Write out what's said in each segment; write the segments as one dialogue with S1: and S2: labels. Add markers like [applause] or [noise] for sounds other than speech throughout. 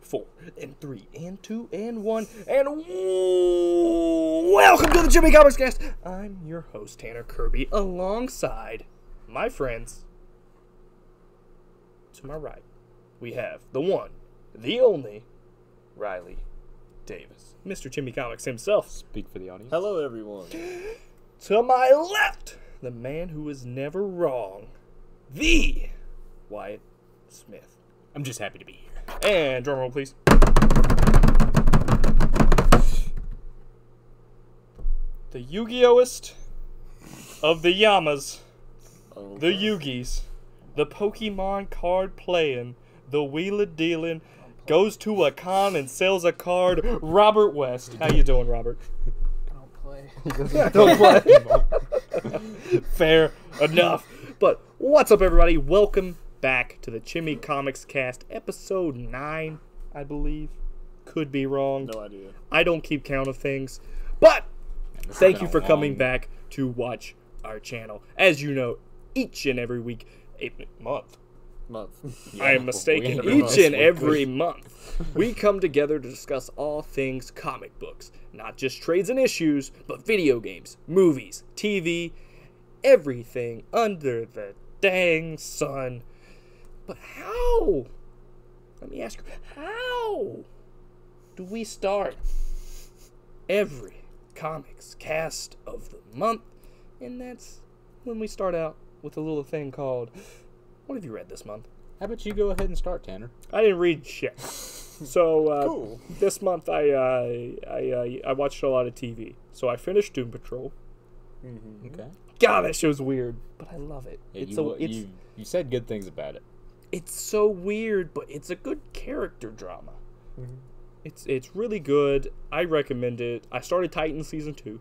S1: four, and three, and two, and one, and welcome to the Jimmy Comics Cast. I'm your host Tanner Kirby, alongside my friends. To my right, we have the one, the only, Riley Davis, Mr. Jimmy Comics himself.
S2: Speak for the audience.
S3: Hello, everyone.
S1: To my left, the man who is never wrong, the Wyatt Smith. I'm just happy to be here. And drum roll, please. The Yu-Gi-Ohist of the Yamas, the Yugis, the Pokemon card playing, the wheeler dealing, goes to a con and sells a card. Robert West, how you doing, Robert?
S4: Don't play.
S1: [laughs] Fair enough. But what's up, everybody? Welcome back to the Chimmy Comics Cast, episode 9, I believe. Could be wrong.
S3: No idea.
S1: I don't keep count of things. But thank
S2: been
S1: you
S2: a
S1: for coming
S2: long-
S1: back to watch our channel. As you know, each and every week, a month,
S2: [laughs]
S3: Month.
S1: I am mistaken.
S2: we-
S1: Each and every month, we come together to discuss all things comic books, not just trades and issues, but video games, movies, TV, everything under the dang sun. But how? Let me ask you, how do we start every comics cast of the month? And that's when we start out with a little thing called What have you read this month?
S2: How about you go ahead and start, Tanner?
S1: I didn't read shit. So uh,
S3: Cool.
S1: this month I uh, I uh, I watched a lot of TV. So I finished Doom Patrol.
S3: Mm-hmm.
S2: Okay.
S1: God, that show's weird, but I love it.
S2: Yeah,
S1: it's
S2: you,
S1: a,
S2: wa-
S1: it's
S2: you, you said good things about it.
S1: it's so weird, but it's a good character drama. It's it's really good. I recommend it. I started Titan season two.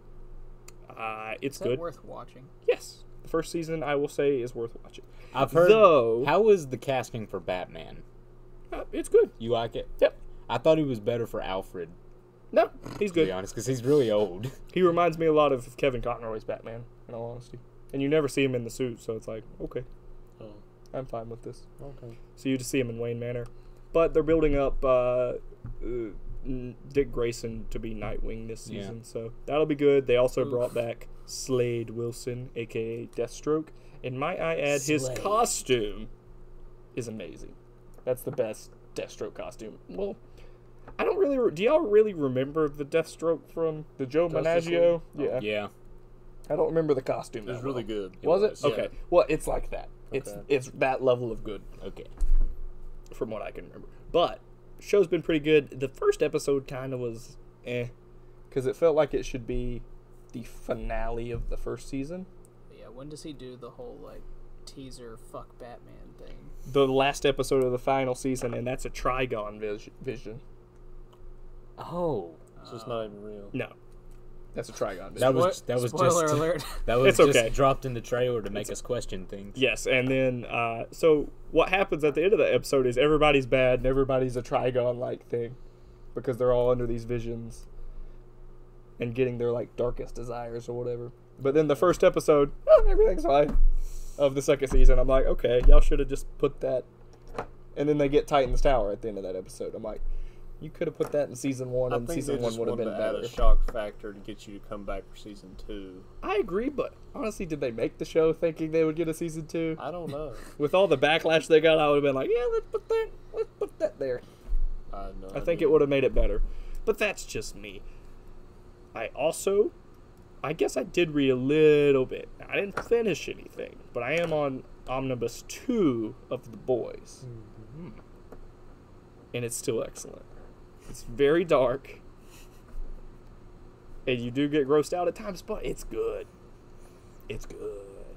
S1: Uh, it's
S4: Is that
S1: good.
S4: worth watching?
S1: yes, the first season I will say is worth watching.
S2: I've heard.
S1: Though-
S2: how was the casting for Batman?
S1: Uh, it's good.
S2: You like it?
S1: Yep.
S2: I thought he was better for Alfred,
S1: No, he's
S2: to
S1: good.
S2: be honest, because he's really
S3: [laughs]
S2: old. [laughs]
S1: He reminds me a lot of Kevin Conroy's Batman, in all honesty. And you never see him in the suit, so it's like, okay,
S3: Oh,
S1: I'm fine with this.
S3: okay.
S1: So you just see him in Wayne Manor. But they're building up uh, uh, n- Dick Grayson to be Nightwing this
S2: Yeah.
S1: season, so that'll be good. They also brought back Slade Wilson, aka Deathstroke, and might I add, his
S4: Slade.
S1: costume is amazing. That's the best Deathstroke costume. Well, I don't really. Re- do y'all really remember the Deathstroke from the Joe
S3: Justice
S1: Menaggio?
S3: League?
S1: Yeah.
S2: yeah.
S1: I don't remember the costume.
S3: It was
S1: that well.
S3: really good.
S1: Was it?
S2: was, yeah.
S1: Okay. Well, it's like that. It's
S3: Okay.
S1: it's that level of good
S2: Okay.
S1: from what I can remember. But show's been pretty good. The first episode kind of was eh, because it felt like it should be the finale of the first season.
S4: But yeah, when does he do the whole like teaser fuck Batman thing?
S1: The last episode of the final season, and that's a Trigon vis- vision.
S2: Oh.
S3: It's just not even real.
S1: No, that's a Trigon vision.
S2: That was
S4: Spoil-
S2: that was
S4: spoiler
S2: just
S4: alert. [laughs]
S2: that was
S1: It's
S2: just
S1: okay.
S2: dropped in the trailer to make us question things.
S1: Yes, and then uh, so what happens at the end of the episode is everybody's bad and everybody's a Trigon like thing because they're all under these visions and getting their like darkest desires or whatever. But then the first episode, "Oh, everything's fine of the second season. I'm like, okay, y'all should have just put that. And then they get Titan's Tower at the end of that episode. I'm like, you could have put that in season one,
S3: I
S1: and
S3: think
S1: season
S3: they
S1: one
S3: just
S1: would have
S3: wanted
S1: been
S3: to add
S1: better.
S3: a shock factor to get you to come back for season two.
S1: I agree, but honestly, did they make the show thinking they would get a season two?
S3: I
S1: [laughs]
S3: don't know.
S1: with all the backlash they got, I would have been like, yeah, let's put that, let's put that there.
S3: I, have no
S1: I think
S3: idea.
S1: it would have made it better, but that's just me. I also, I guess I did read a little bit. I didn't finish anything, but I am on Omnibus Two of the Boys, and it's still excellent. It's very dark, and you do get grossed out at times, but it's good. It's good.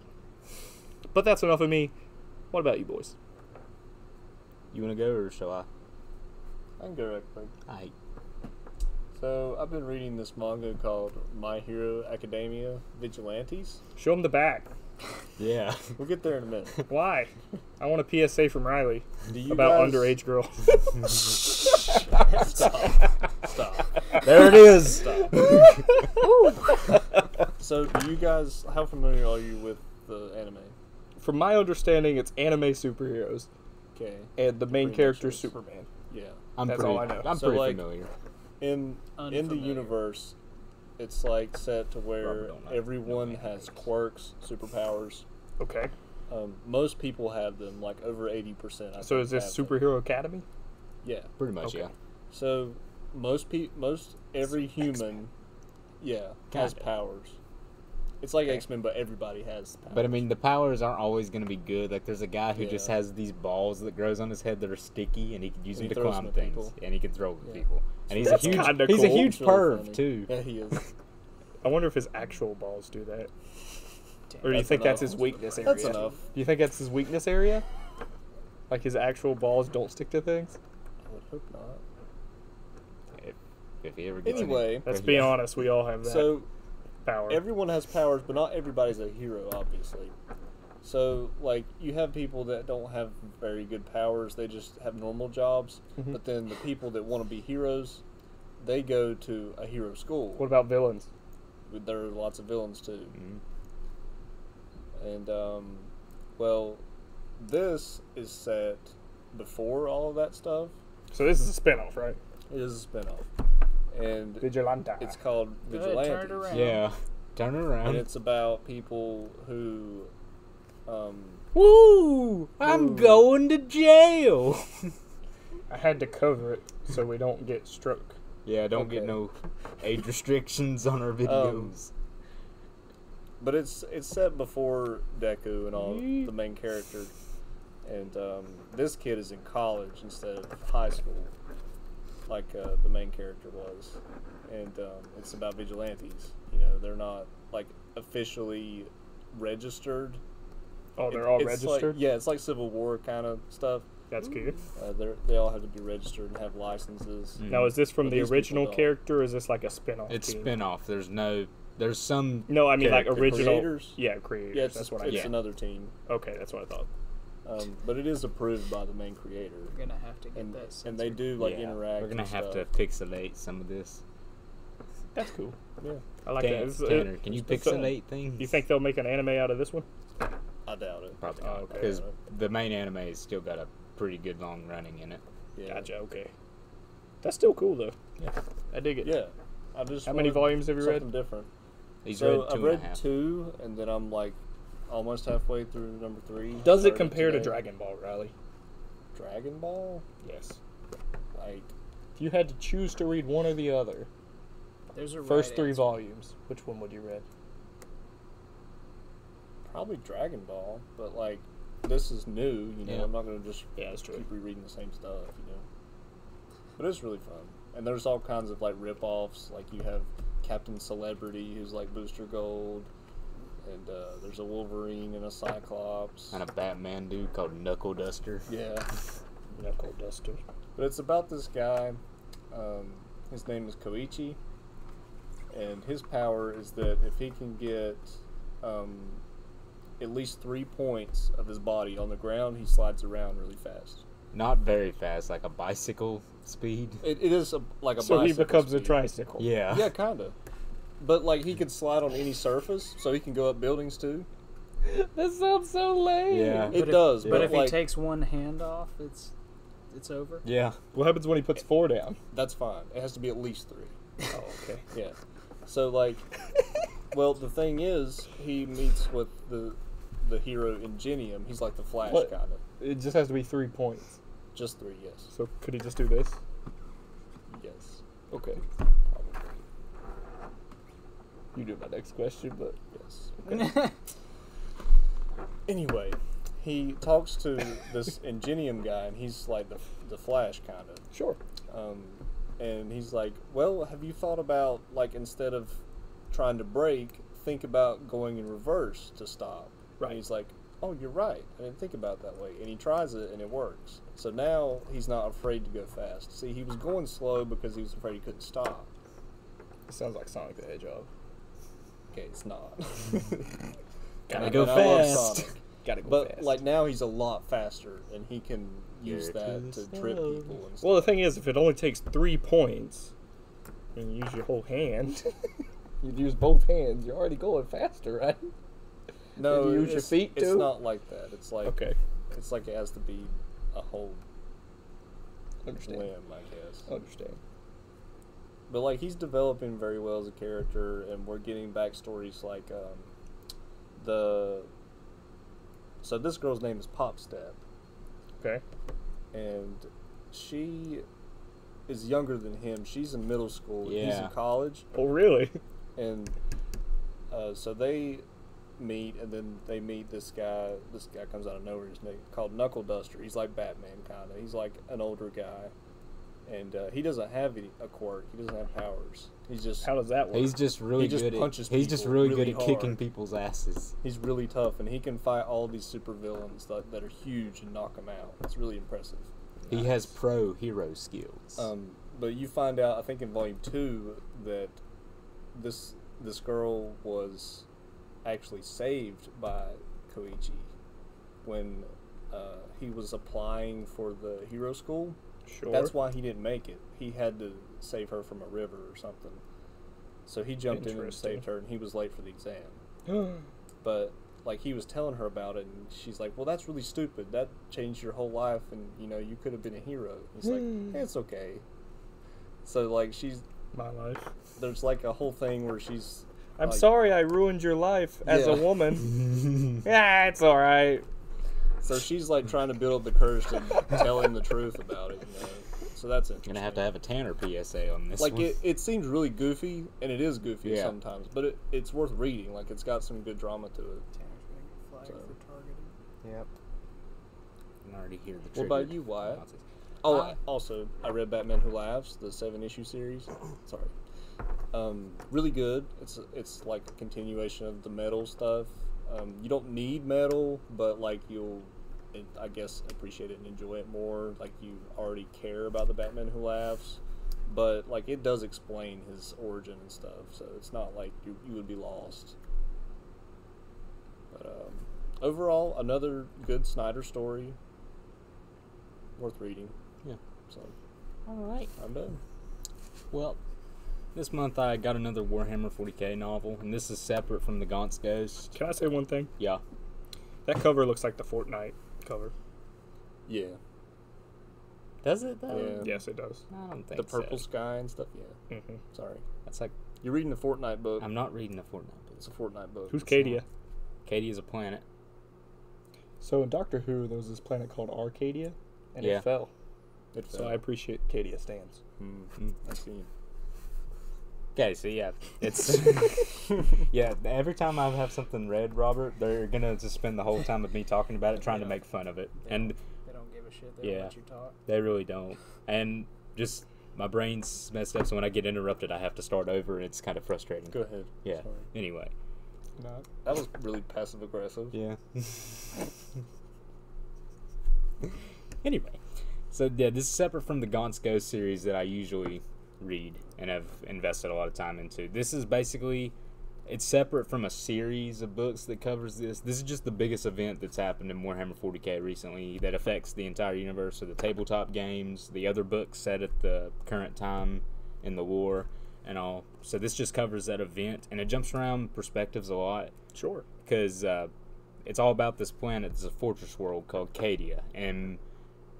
S1: But that's enough of me. What about you boys?
S2: You wanna go or shall I?
S3: I can go right quick.
S2: I
S3: So I've been reading this manga called My Hero Academia Vigilantes.
S1: Show them the back.
S2: yeah.
S3: We'll get there in
S1: [laughs]
S3: a minute.
S1: Why? I want a PSA from Riley
S3: Do you
S1: about
S3: guys-
S1: underage girls.
S3: [laughs]
S1: [laughs]
S3: Stop.
S2: there it is.
S3: So do you guys? How familiar are you with the anime?
S1: from my understanding, it's anime superheroes,
S3: Okay.
S1: and the main
S3: Pretty much
S1: character is
S3: is.
S1: Superman.
S3: Yeah,
S2: [laughs] I'm
S3: that's
S2: pretty,
S3: all I know.
S2: I'm
S3: so
S2: pretty
S3: like
S2: familiar.
S3: in in the
S4: Unfamiliar.
S3: universe, it's like set to
S2: Robert
S3: where
S2: don't know.
S3: everyone has quirks, superpowers.
S1: Okay.
S3: Um, most people have them, like over eighty percent.
S1: So is this Superhero Academy?
S3: Yeah.
S2: Pretty much,
S1: Okay.
S2: yeah.
S3: So most pe- most every human, yeah, has
S2: Kinda.
S3: powers. It's like X Men, but everybody has powers.
S2: But I mean, the powers aren't always going to be good. Like, there's a guy who just
S3: Yeah.
S2: has these balls that grows on his head that are sticky, and he can use
S3: And
S2: them
S3: he
S2: to
S3: throws
S2: climb
S3: them at
S2: things,
S3: people.
S2: and he can throw them at
S3: Yeah.
S2: people. And he's
S1: That's
S2: a huge,
S1: kinda
S2: he's a
S1: cool.
S2: huge
S3: It's really
S2: perv
S3: funny.
S2: too.
S3: Yeah, he
S2: [laughs]
S3: is.
S1: I wonder if his actual balls do that.
S4: Damn,
S1: Or do you
S3: That's
S1: think that's
S3: enough.
S1: his weakness area?
S3: That's enough.
S1: Do you think that's his weakness area? Like his actual balls don't stick to things?
S3: I would hope not.
S2: If, if he ever gets
S3: Anyway.
S2: any,
S1: Let's be honest, we all have that
S3: So
S1: power.
S3: everyone has powers, but not everybody's a hero, obviously. So, like, you have people that don't have very good powers; they just have normal jobs.
S2: Mm-hmm.
S3: But then the people that want to be heroes, they go to a hero school.
S1: what about villains?
S3: there are lots of villains too. And um, well, this is set before all of that stuff.
S1: So this is a spinoff, right?
S3: It is a spinoff, and
S1: Vigilante.
S3: it's called
S4: Go ahead, turn it
S3: Vigilantes,
S4: around.
S2: Yeah, turn around.
S3: and it's about people who, um,
S2: Woo! I'm going to
S3: [laughs]
S2: jail.
S1: I had to cover it so we don't get stroke.
S2: yeah, don't get
S3: Okay. Um,
S2: no age restrictions on our videos.
S3: but it's it's set before Deku and all the main character, and um, this kid is in college instead of high school, like uh, the main character was, and um, it's about vigilantes. You know, they're not like officially registered.
S1: Oh,
S3: It-
S1: they're all
S3: it's like-
S1: registered?
S3: yeah, it's like Civil War kind of stuff.
S1: That's good.
S3: Uh, they they all have to be registered and have licenses.
S2: Mm-hmm.
S1: Now, is this from
S3: But
S1: the
S3: these people
S1: original
S3: don't.
S1: character or is this like a spinoff?
S2: it's
S1: team?
S2: spin off. There's no. There's some.
S1: No, I mean like
S2: character
S1: original.
S3: creators?
S1: Yeah, creators.
S3: Yeah, it's,
S1: that's what I
S3: it's
S1: mean.
S2: Yeah.
S3: another team,
S1: Okay, that's what I thought.
S3: um, but it is approved by the main creator,
S4: We're gonna have to get
S3: and
S4: that.
S3: and they
S4: censored.
S3: do like
S2: yeah,
S3: interact.
S2: We're gonna
S3: and
S2: have
S3: stuff.
S2: to pixelate some of this.
S1: That's cool.
S3: Yeah,
S1: I like
S2: Tanner,
S1: that. It's- it-
S2: Tanner, can you
S1: it's- so-
S2: pixelate things?
S1: You think they'll make an anime out of this one?
S3: I doubt it.
S2: Probably
S1: Oh,
S2: not.
S1: okay.
S2: Because the main anime has still got a pretty good long running in it.
S3: Yeah.
S1: Gotcha. Okay. That's still cool though.
S2: Yeah.
S1: I dig it.
S3: Yeah. I just
S1: How many
S3: wanted
S1: volumes have you read?
S3: Something different.
S2: He's
S3: so
S2: read two
S3: I've
S2: and
S3: read
S2: a half.
S3: two, and then I'm like almost halfway through number three.
S1: Does it
S3: started
S1: compare to
S3: today.
S1: Dragon Ball, Riley?
S3: Dragon Ball?
S1: Yes.
S3: Like,
S1: If you had to choose to read one or the other,
S4: There's a
S1: first
S4: right
S1: three
S4: answer.
S1: volumes, which one would you read?
S3: probably Dragon Ball, but like, this is new. You know,
S2: Yeah.
S3: I'm not gonna just
S1: Yeah, that's true.
S3: keep rereading the same stuff. You know, but it's really fun. And there's all kinds of like rip-offs. Like you have Captain Celebrity, who's like Booster Gold, and uh, there's a Wolverine and a Cyclops.
S2: And a Batman dude called Knuckle Duster.
S3: Yeah.
S1: Knuckle Duster.
S3: But it's about this guy. Um, his name is Koichi, and his power is that if he can get um, at least three points of his body on the ground, he slides around really fast.
S2: Not very fast, like a bicycle speed.
S3: It, it is a, like a
S1: So he
S3: bicycle
S1: becomes a
S3: speed.
S1: tricycle.
S2: Yeah.
S3: Yeah, kind of. But like he can slide on any surface, so he can go up buildings too.
S1: That sounds so lame.
S2: Yeah.
S3: It does,
S2: yeah.
S3: but,
S4: But if
S3: like,
S4: he takes one hand off, it's it's over.
S2: [laughs] Yeah.
S1: What happens when he puts four [laughs] down?
S3: that's fine. It has to be at least three.
S1: Oh, okay.
S3: Yeah. So like, well, the thing is, he meets with the the hero Ingenium. He's like the Flash
S1: What?
S3: kind of.
S1: It just has to be three points.
S3: Just three, yes,
S1: So could he just do this?
S3: yes,
S1: Okay.
S3: probably,
S1: You do my next question, but
S3: yes.
S4: [laughs]
S3: Anyway, he talks to this Ingenium guy, and he's like the the Flash kind of.
S1: sure.
S3: um, and he's like, "Well, have you thought about like instead of trying to brake, think about going in reverse to stop?"
S1: Right.
S3: And he's like, "Oh, you're right. I didn't think about it that way." And he tries it, and it works. So now he's not afraid to go fast. See, he was going slow because he was afraid he couldn't stop.
S1: It sounds like Sonic the Hedgehog.
S3: Okay, it's not. [laughs]
S2: Gotta
S3: And
S2: go
S3: I love
S2: fast.
S3: Sonic.
S1: Gotta go
S3: But
S1: fast.
S3: like now he's a lot faster, and he can use
S2: You're
S3: that to
S2: too
S3: trip
S2: slow.
S3: people. And
S1: well, the thing is, if it only takes three points, and you use your whole
S3: [laughs]
S1: hand, you'd use both hands. You're already going faster, right?
S3: no,
S1: you use your
S3: it's-
S1: feet,
S3: It's
S1: too?
S3: not like that. It's like
S1: Okay.
S3: It's like it has to be a whole
S5: Understand.
S3: Lim, I guess.
S1: Oh.
S5: Understand.
S3: But like he's developing very well as a character, and we're getting backstories like um, the. So this girl's name is Popstep,
S5: Okay.
S3: and she is younger than him. She's in middle school. and He's in
S2: Yeah.
S3: college,
S5: Oh, really?
S3: and uh, so they meet, and then they meet this guy. This guy comes out of nowhere. His name called Knuckle Duster. He's like Batman, kind of. He's like an older guy, and uh, he doesn't have any, a quirk. He doesn't have powers. He's just
S5: How does that work?
S2: He's just really
S3: He just
S2: good
S3: punches
S2: at he's just
S3: people
S2: really,
S3: really
S2: good at kicking
S3: hard.
S2: people's asses.
S3: He's really tough, and he can fight all these super villains that, that are huge and knock them out. It's really impressive.
S2: He has pro hero skills.
S3: Um, but you find out, I think in volume two, that this this girl was actually saved by Koichi when uh, he was applying for the hero school.
S5: sure.
S3: That's why he didn't make it. He had to save her from a river or something. So he jumped in and
S5: Interesting.
S3: saved her, and he was late for the exam. but like he was telling her about it and she's like well that's really stupid that changed your whole life and you know you could have been a hero he's like
S5: Hmm.
S3: it's okay so like she's
S5: [gasps] My life.
S3: there's like a whole thing where she's
S5: I'm
S3: like-
S5: sorry I ruined your life as a
S3: Yeah.
S5: woman.
S3: [laughs]
S5: yeah, it's all right.
S3: so she's like trying to build up the courage to tell him the truth about it you know? so that's interesting
S2: Gonna have to have a Tanner PSA on this
S3: like
S2: one.
S3: it, it seems really goofy and it is goofy
S2: Yeah.
S3: sometimes but it, it's worth reading like it's got some good drama to it
S4: Tanner's gonna get flagged for targeting.
S2: Yep. I can already hear the
S3: What about
S2: triggered
S3: you, Wyatt?
S2: responses.
S3: Oh,
S2: Uh,
S3: I- also, I read Batman Who Laughs, the seven issue series. Sorry, um, really good. It's it's like a continuation of the metal stuff. Um, you don't need metal, but like you'll, it, I guess, appreciate it and enjoy it more. Like you already care about the Batman Who Laughs, but like it does explain his origin and stuff. So it's not like you you would be lost. But um, overall, another good Snyder story. Worth reading.
S2: Yeah.
S3: So
S2: All right.
S3: I'm done.
S2: Well, this month I got another Warhammer 40k novel, and this is separate from the Gaunt's Ghost.
S5: Can I say one thing?
S2: Yeah.
S5: That cover looks like the Fortnite cover.
S3: Yeah.
S2: Does it though?
S3: Yeah.
S5: Yes, it does.
S2: I don't think
S3: The purple
S2: So.
S3: sky and stuff. Yeah.
S5: Mhm.
S3: Sorry.
S2: That's like
S3: You're reading the Fortnite book.
S2: I'm not reading the Fortnite book.
S3: It's a Fortnite book.
S5: Who's Cadia?
S2: Katie is a planet.
S5: So in Doctor Who, there was this planet called Arcadia, and
S2: Yeah.
S5: it fell.
S3: It
S5: So I appreciate Cadia stands.
S3: Mm, I see.
S2: Okay, so yeah, [laughs] it's yeah. Every time I have something read, Robert, they're gonna just spend the whole time of me talking about it, trying to make fun of it, and
S4: They don't give a shit. They
S2: Yeah.
S4: don't let you talk.
S2: they really don't. And just my brain's messed up, so when I get interrupted, I have to start over, and it's kind of frustrating.
S3: Go ahead.
S2: Yeah.
S3: Sorry.
S2: Anyway.
S5: Not.
S3: That was really passive aggressive.
S2: Yeah. anyway, so yeah, this is separate from the Gaunt's Ghost series that I usually read and have invested a lot of time into. This is basically it's separate from a series of books that covers this. This is just the biggest event that's happened in Warhammer 40k recently that affects the entire universe. So the tabletop games, the other books set at the current time in the war, and all. So this just covers that event, and it jumps around perspectives a lot
S5: Sure.
S2: because uh, it's all about this planet. It's a fortress world called Cadia, and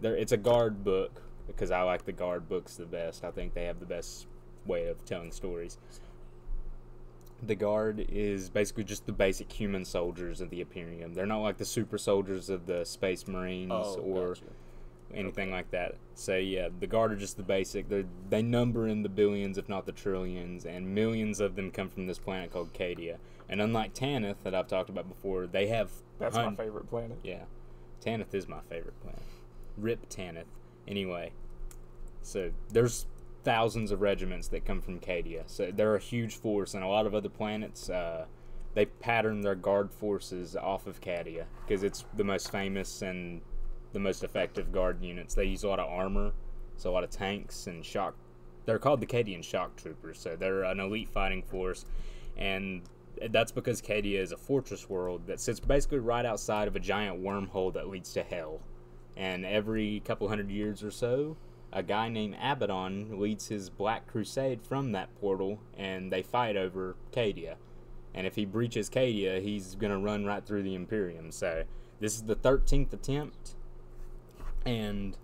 S2: there it's a guard book because I like the guard books the best. I think they have the best way of telling stories. The guard is basically just the basic human soldiers of the Imperium. They're not like the super soldiers of the Space Marines
S3: Oh,
S2: or
S3: gotcha.
S2: anything like that. So yeah, the guard are just the basic. They they number in the billions, if not the trillions, and millions of them come from this planet called Cadia. And unlike Tanith that I've talked about before, they have
S5: That's
S2: hun-
S5: my favorite planet.
S2: Yeah, Tanith is my favorite planet. Rip Tanith. Anyway, so there's thousands of regiments that come from Cadia. So they're a huge force, and a lot of other planets. Uh, they pattern their guard forces off of Cadia because it's the most famous and the most effective guard units. They use a lot of armor, so a lot of tanks and shock. They're called the Cadian Shock Troopers, so they're an elite fighting force, and that's because Cadia is a fortress world that sits basically right outside of a giant wormhole that leads to hell. And every couple hundred years or so, a guy named Abaddon leads his Black Crusade from that portal, and they fight over Cadia. And if he breaches Cadia, he's going to run right through the Imperium. So this is the 13th attempt, and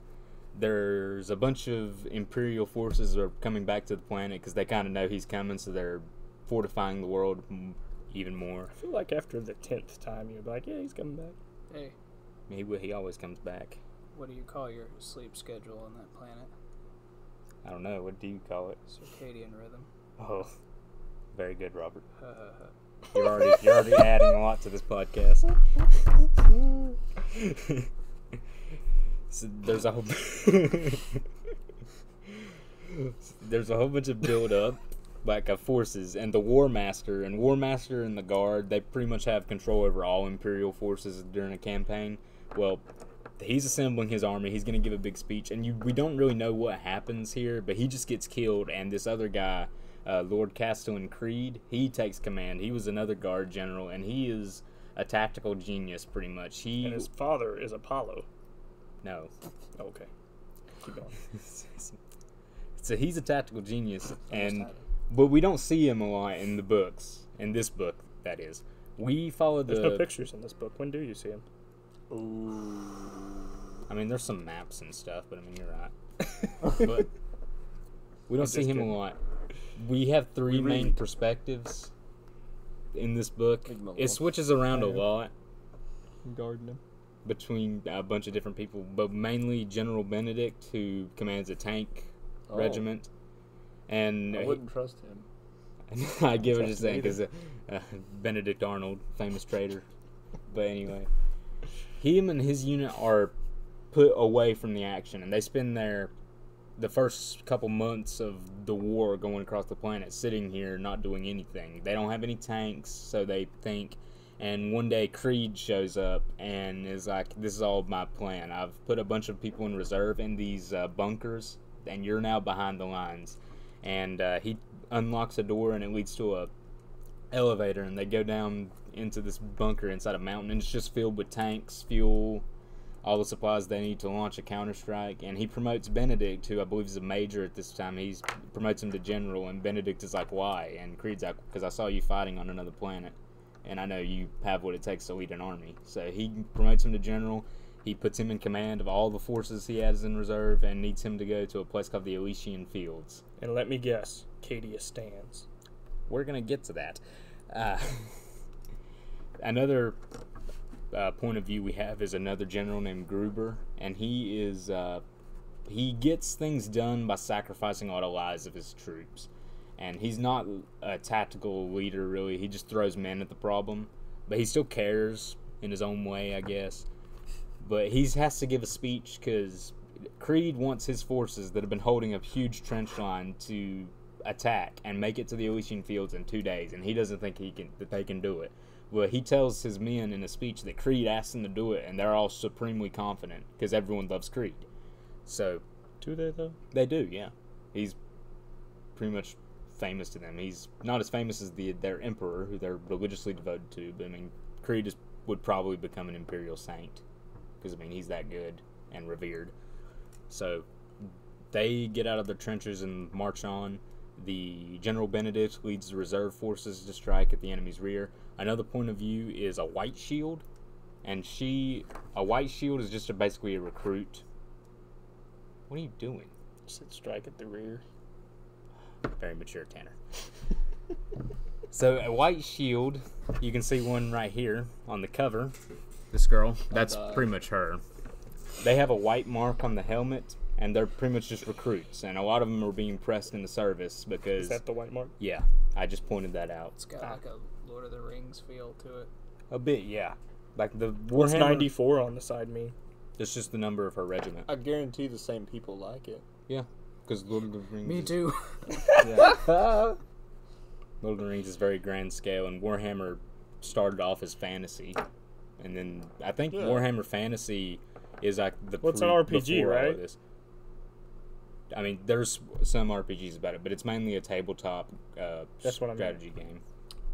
S2: there's a bunch of imperial forces are coming back to the planet because they kind of know he's coming, so they're fortifying the world m- even more.
S5: I feel like after the tenth time, you'd be like, yeah, he's coming back.
S4: Hey,
S2: He will- he always comes back.
S4: what do you call your sleep schedule on that planet?
S2: I don't know what do you call it.
S4: Circadian rhythm. [laughs]
S2: Oh, very good, Robert.
S4: Ha, ha, ha.
S2: You're already you're already adding a lot to this podcast. so there's a whole [laughs] there's a whole bunch of build up like of forces and the war master and war master and the guard they pretty much have control over all imperial forces during a campaign well he's assembling his army he's going to give a big speech and you we don't really know what happens here but he just gets killed and this other guy uh, lord castellan creed he takes command he was another guard general and he is a tactical genius pretty much he
S5: And his father is Apollo.
S2: no
S5: Okay. Keep going.
S2: so he's a tactical genius, and but we don't see him a lot in the books. In this book, that is, we follow the.
S5: There's no pictures in this book. When do you see him?
S2: I mean, there's some maps and stuff, but I mean, you're
S5: [laughs]
S2: right. but we don't see
S5: just
S2: him
S5: kidding.
S2: a lot. We have three
S3: We
S2: main
S3: read.
S2: perspectives in this book.
S3: Leave him alone.
S2: It switches around a lot
S3: Guarding him.
S2: between a bunch of different people, but mainly General Benedict, who commands a tank
S3: Oh.
S2: regiment, and
S3: I
S2: he-
S3: wouldn't trust him.
S2: [laughs] I get what
S5: Trust
S2: you're saying
S5: me
S2: because uh, uh, Benedict Arnold, famous traitor. But anyway, him and his unit are put away from the action, and they spend their the first couple months of the war going across the planet, sitting here not doing anything. They don't have any tanks, so they think. And one day Creed shows up and is like, "This is all my plan. I've put a bunch of people in reserve in these uh, bunkers, and you're now behind the lines." And uh, he unlocks a door, and it leads to a elevator, and they go down into this bunker inside a mountain, and it's just filled with tanks, fuel, all the supplies they need to launch a counter strike. And he promotes Benedict, who I believe is a major at this time. He promotes him to general, and Benedict is like, "Why?" And Creed's like, "Because I saw you fighting on another planet, and I know you have what it takes to lead an army." So he promotes him to general. He puts him in command of all the forces he has in reserve and needs him to go to a place called the Elysian Fields.
S5: And let me guess, Cadia stands.
S2: We're gonna get to that. Uh, [laughs] another uh, point of view we have is another general named Gruber, and he is uh, he gets things done by sacrificing all the lives of his troops. And he's not a tactical leader really. He just throws men at the problem, but he still cares in his own way, I guess. But he has to give a speech because Creed wants his forces that have been holding a huge trench line to attack and make it to the Elysian Fields in two days, and he doesn't think he can that they can do it. Well, he tells his men in a speech that Creed asked them to do it, and they're all supremely confident because everyone loves Creed. So
S5: Do they though?
S2: they do, yeah. He's pretty much famous to them. He's not as famous as the their emperor, who they're religiously devoted to. But I mean, Creed is, would probably become an imperial saint, because I mean he's that good and revered. So they get out of their trenches and march on. The General Benedict leads the reserve forces to strike at the enemy's rear. Another point of view is a white shield, and she a white shield is just a, basically a recruit. What are you doing?
S5: Said strike at the rear.
S2: very mature [laughs] Tanner. so a white shield, you can see one right here on the cover. This girl, that's
S3: God.
S2: pretty much her. They have a white mark on the helmet, and they're pretty much just recruits, and a lot of them are being pressed into service because
S5: Is that the white mark?
S2: yeah, I just pointed that out
S4: It's got like a Lord of the Rings feel to it.
S2: a bit. Yeah, like the
S5: What's
S2: Warhammer.
S5: 94 on the side mean?
S2: It's just the number of her regiment.
S3: I guarantee the same people like it.
S2: Yeah, because Lord of the Rings.
S4: Me
S2: is-
S4: too. [laughs]
S2: Lord of the Rings is very grand scale, and Warhammer started off as fantasy, and then I think
S3: Yeah.
S2: Warhammer Fantasy is like the
S5: Well, it's an
S2: pre-
S5: RPG,
S2: before all of
S5: right?
S2: this. I mean, there's some RPGs about it, but it's mainly a tabletop uh,
S5: That's what I mean.
S2: strategy game.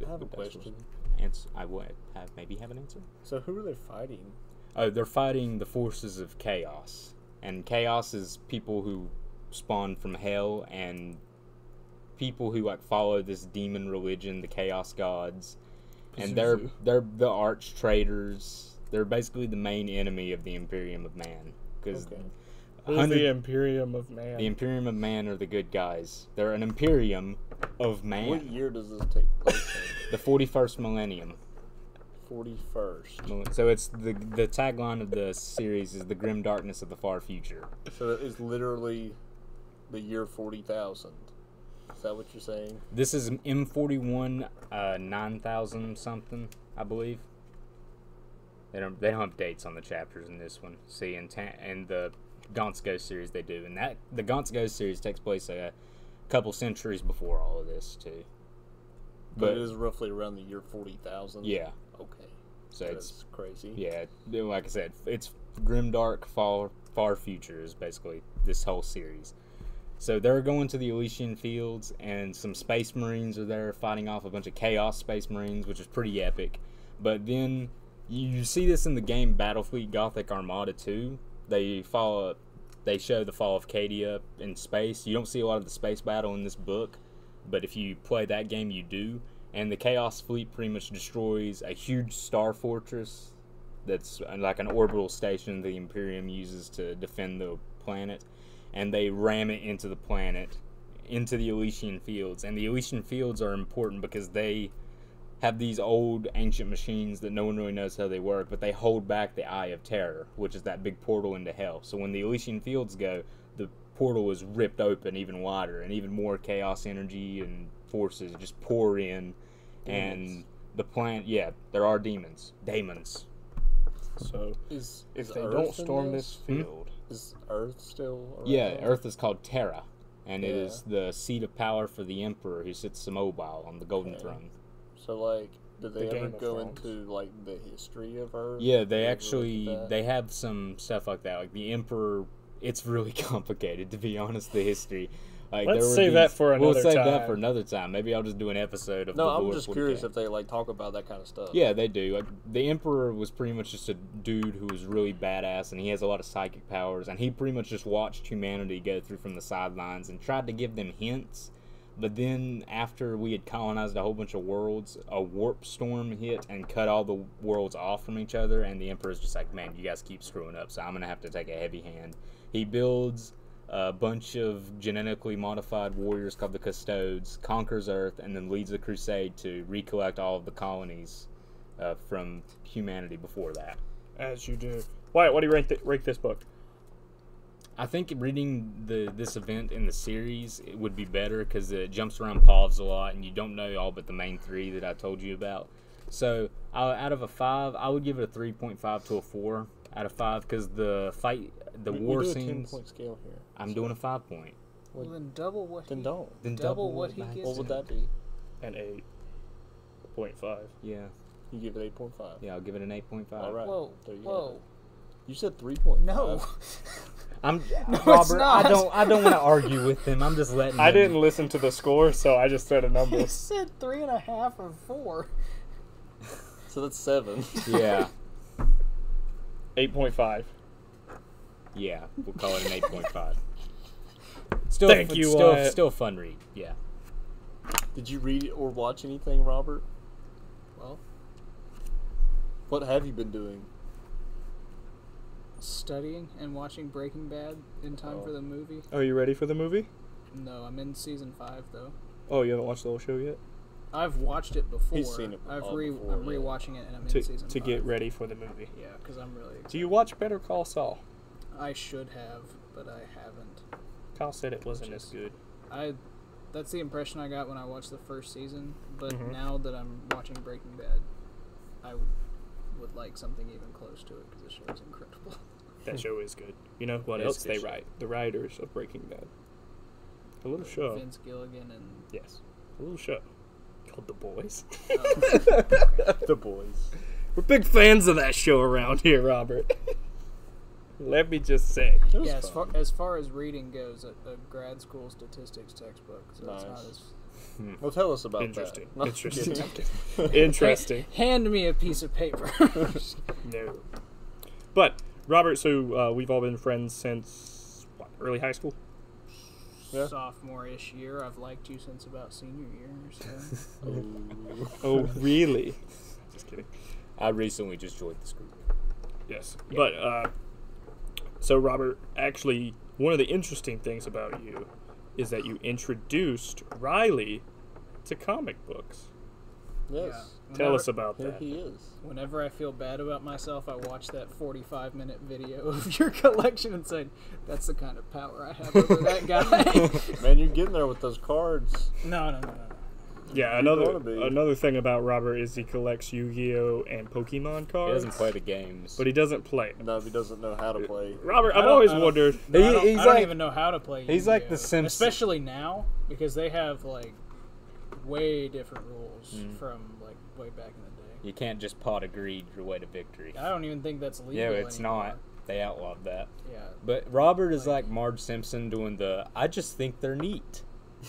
S3: I have a
S2: That's what's-
S3: question.
S2: Ans- I would have maybe have an answer.
S3: So who are they fighting?
S2: Oh, they're fighting the forces of chaos, and chaos is people who spawn from hell and people who like follow this demon religion, the chaos gods, and they're
S3: Pazuzu.
S2: they're the arch traitors. They're basically the main enemy of the Imperium of Man because
S3: Okay. They're the Imperium of Man.
S2: The Imperium of Man are the good guys. They're an Imperium of Man.
S3: what year does this take place?
S2: The 41st millennium.
S3: Forty first.
S2: So it's the the tagline of the series is the grim darkness of the far future.
S3: So that is literally the year forty thousand. Is that what you're saying?
S2: This is M41 uh, 9000 something, I believe. They don't they don't have dates on the chapters in this one. See, in ta- and the Gaunt's Ghost series they do, and that the Gaunt's Ghost series takes place a couple centuries before all of this too.
S3: But,
S2: But
S3: it is roughly around the year forty thousand.
S2: yeah,
S3: Okay.
S2: so it's
S3: That's crazy.
S2: yeah, like I said, it's grimdark far far future is basically this whole series. So they're going to the Elysian Fields, and some Space Marines are there fighting off a bunch of Chaos Space Marines, which is pretty epic. But then you you see this in the game Battlefleet Gothic Armada 2. They follow, they show the fall of Cadia in space. You don't see a lot of the space battle in this book, but if you play that game, you do. And the Chaos Fleet pretty much destroys a huge star fortress that's uh, like an orbital station the Imperium uses to defend the planet, and they ram it into the planet, into the Elysian fields. And the Elysian fields are important because they have these old ancient machines that no one really knows how they work, but they hold back the Eye of Terror, which is that big portal into hell. So when the Elysian fields go, the portal is ripped open even wider, and even more chaos energy and forces just pour in. And
S3: Demons.
S2: the planet, yeah, there are demons. Demons.
S3: So is
S1: If
S3: is
S1: they
S3: Earth
S1: don't
S3: in
S1: storm this
S2: Hmm?
S1: field,
S3: is Earth still? around?
S2: Yeah, Earth is called Terra, and it
S3: Yeah.
S2: is the seat of power for the Emperor who sits immobile on the Golden
S3: Okay.
S2: Throne.
S3: So like, did they
S1: The
S3: ever
S1: Game of
S3: go
S1: Thrones.
S3: into like the history of Earth?
S2: Yeah, they
S3: Did ever
S2: actually
S3: look at that?
S2: they have some stuff like that. Like the Emperor, it's really [laughs] complicated to be honest. The history. Like,
S1: Let's
S2: were
S1: save that
S2: these-
S1: for
S2: We'll
S1: another
S2: save that for
S1: time.
S2: another time. Maybe I'll just do an episode of.
S3: No,
S2: the
S3: I'm
S2: Lord
S3: just
S2: 40K.
S3: curious if they like talk about that kind of stuff.
S2: Yeah, they do. Like, the Emperor was pretty much just a dude who was really badass, and he has a lot of psychic powers, and he pretty much just watched humanity go through from the sidelines and tried to give them hints. But then, after we had colonized a whole bunch of worlds, a warp storm hit and cut all the worlds off from each other, and the Emperor's just like, man, you guys keep screwing up, so I'm gonna have to take a heavy hand. He builds a bunch of genetically modified warriors called the Custodes, conquers Earth, and then leads a crusade to recollect all of the colonies uh, from humanity before that.
S1: as you do. Wyatt, what do you rank, th- rank this book?
S2: I think reading the this event in the series it would be better because it jumps around paths a lot, and you don't know all but the main three that I told you about. So I- out of a five, I would give it a three point five to a four out of five because the fight, the
S3: we,
S2: war
S3: we do a ten
S2: scenes.
S3: point scale here.
S2: I'm doing a five point.
S4: Well, then double what
S3: Then
S4: he,
S3: don't.
S2: Then
S4: double,
S2: double
S4: what
S2: it
S4: he
S2: back.
S4: gets.
S3: What would that be?
S1: An 8.5.
S2: Yeah,
S3: You give it eight point five.
S2: yeah, I'll give it an eight point five.
S3: All right.
S4: Whoa,
S3: There you go. Uh,
S4: whoa,
S3: You said three point.
S4: no. [laughs]
S2: I'm
S4: it's
S2: Robert.
S4: not.
S2: I don't. I don't want to argue with him. I'm just letting.
S1: I
S2: him-
S1: didn't listen to the score, so I just said a number. [laughs]
S4: It said three and a half or four.
S3: So
S4: [laughs]
S3: that's seven.
S2: Yeah.
S1: 8.5.
S2: Yeah. We'll call it an eight point
S4: [laughs]
S2: five. Still,
S1: Thank
S2: fu-
S1: you,
S2: Still,
S4: uh,
S1: Wyatt.
S2: still fun read. Yeah.
S3: Did you read or watch anything, Robert?
S4: Well,
S3: What have you
S1: [laughs]
S3: been doing?
S4: studying and watching Breaking Bad in time
S3: Oh.
S4: for the movie.
S1: Are Oh, you ready for the movie?
S4: No, I'm in season five though.
S1: Oh, you haven't watched the whole show yet?
S4: I've watched it before.
S3: seen it
S4: I've
S3: all
S4: re
S3: before,
S4: I'm
S3: yeah.
S4: rewatching it and I'm
S1: To,
S4: in season
S1: to
S4: five.
S1: get ready for the movie.
S4: Yeah, because I'm really.
S1: Do you watch Better Call Saul?
S4: I should have, but I haven't.
S1: Kyle said it wasn't as good.
S4: I. That's the impression I got when I watched the first season. But
S3: Mm-hmm.
S4: now that I'm watching Breaking Bad, I w- would like something even close to it because the show is incredible. [laughs]
S1: That show is good. You know what
S2: It is
S1: else
S2: a good
S1: they
S2: show.
S1: write? The writers of Breaking Bad. A little show.
S4: Vince Gilligan and
S1: Yes. A little show called The Boys. [laughs]
S3: The boys.
S1: We're big fans of that show around here, Robert. [laughs] Let me just say.
S3: It was
S4: yeah, as
S3: fun.
S4: far, as far as reading goes, a, a grad school statistics textbook. So it's not
S3: Nice.
S4: as
S3: Well, tell us about
S1: Interesting.
S3: that. No, I'm
S1: Interesting.
S3: kidding.
S2: [laughs]
S3: [laughs]
S1: Interesting.
S4: [laughs] Hand me a piece of paper.
S1: no. But, Robert, so uh, we've all been friends since what, early high school?
S3: Yeah.
S4: Sophomore-ish year, I've liked you since about senior year or so.
S3: Ooh.
S1: Oh, really? just kidding.
S2: I recently just joined this group.
S1: Yes. But, uh, So, Robert, actually, one of the interesting things about you is that you introduced Riley to comic books.
S3: Yes.
S4: Yeah.
S1: Tell
S4: Whenever-
S1: us about
S3: Here
S1: that.
S3: he is.
S4: Whenever I feel bad about myself, I watch that 45 minute video [laughs] of your collection and say, that's the kind of power I have over that guy. [laughs]
S3: Man, you're getting there with those cards.
S4: no, no, no, no.
S1: Yeah,
S3: gotta
S1: another
S3: be.
S1: another thing about Robert is he collects Yu-Gi-Oh and Pokemon
S2: He
S1: cards,
S2: doesn't play the games.
S1: but he doesn't play.
S3: No, he doesn't know how to play.
S1: Robert, I've
S4: don't-
S1: always
S4: I don't-
S1: wondered.
S4: no I,
S2: He-
S4: don't,
S2: he's
S4: I don't
S2: like-
S4: even know how to play.
S2: he's like the
S4: Yu-Gi-Oh,
S2: Simps-
S4: Especially now, because they have, like, way different rules
S2: Mm-hmm.
S4: from, like, way back in the day.
S2: you can't just pot agreed your way to victory.
S4: I don't even think that's legal.
S2: Yeah, it's
S4: anymore.
S2: not. They outlawed that.
S4: Yeah.
S2: But Robert is like Marge Simpson doing the I just think they're neat.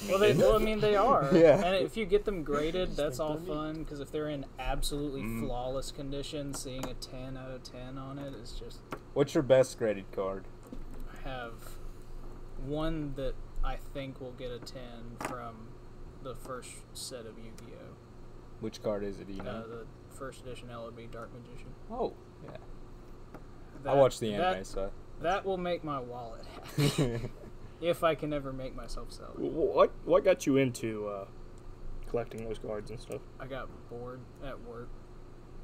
S4: Well, they, well, I mean, they are.
S2: [laughs] Yeah.
S4: And if you get them graded, that's all fun. Because if they're in absolutely
S2: Mm-hmm.
S4: flawless condition, seeing a 10 out of 10 on it is just
S2: What's your best graded card?
S4: have one that I think will get a 10 from the first set of Yu Gi Oh!
S2: Which card is it, do you
S4: Uh,
S2: know?
S4: the first edition LOB Dark Magician.
S2: Oh, yeah. I
S4: That-
S2: watched the anime,
S4: That,
S2: so. [laughs]
S4: that will make my wallet happy. if I can ever make myself sell it.
S1: What what got you into uh, collecting those cards and stuff?
S4: I got bored at work,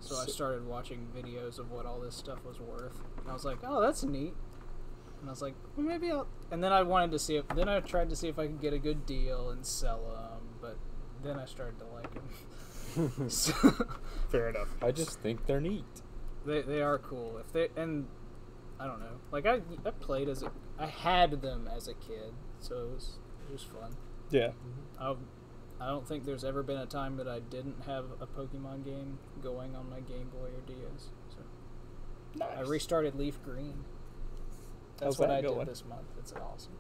S4: so I started watching videos of what all this stuff was worth. And I was like, oh, that's neat. And I was like, well, maybe I'll. And then I wanted to see if. Then I tried to see if I could get a good deal and sell them, but then I started to like
S2: [laughs]
S4: them. [laughs] so
S1: Fair enough.
S2: I just think they're neat.
S4: they, they are cool. If they and I don't know, like I I played as a I had them as a kid, so it was it was fun.
S1: Yeah.
S4: I, I don't think there's ever been a time that I didn't have a Pokemon game going on my Game Boy or DS. So I restarted Leaf Green. That's
S1: How's
S4: what
S1: that
S4: I
S1: going?
S4: did this month.
S1: [laughs]
S4: It's awesome.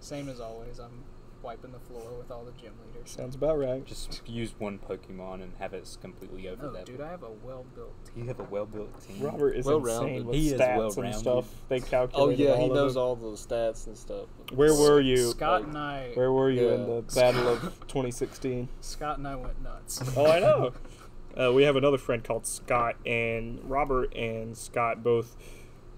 S4: Same as always. I'm wiping the floor with all the gym leaders.
S1: Sounds about right.
S2: Just use one Pokemon and have it completely over
S4: Oh,
S2: that.
S4: dude, I have a well-built
S2: You have a well built team.
S1: Robert is
S3: Well-rounded.
S1: insane with
S2: He is
S1: stats and
S2: well-rounded.
S1: stuff. They
S3: Oh
S1: calculated.
S3: yeah, he
S1: all of
S3: knows
S1: it.
S3: all the stats and stuff.
S1: Where were you?
S4: Scott
S3: like,
S4: and I.
S1: Where were you in
S3: Yeah.
S1: the Battle of 2016?
S4: Scott and I went nuts.
S1: Oh, I know. Uh, we have another friend called Scott, and Robert and Scott both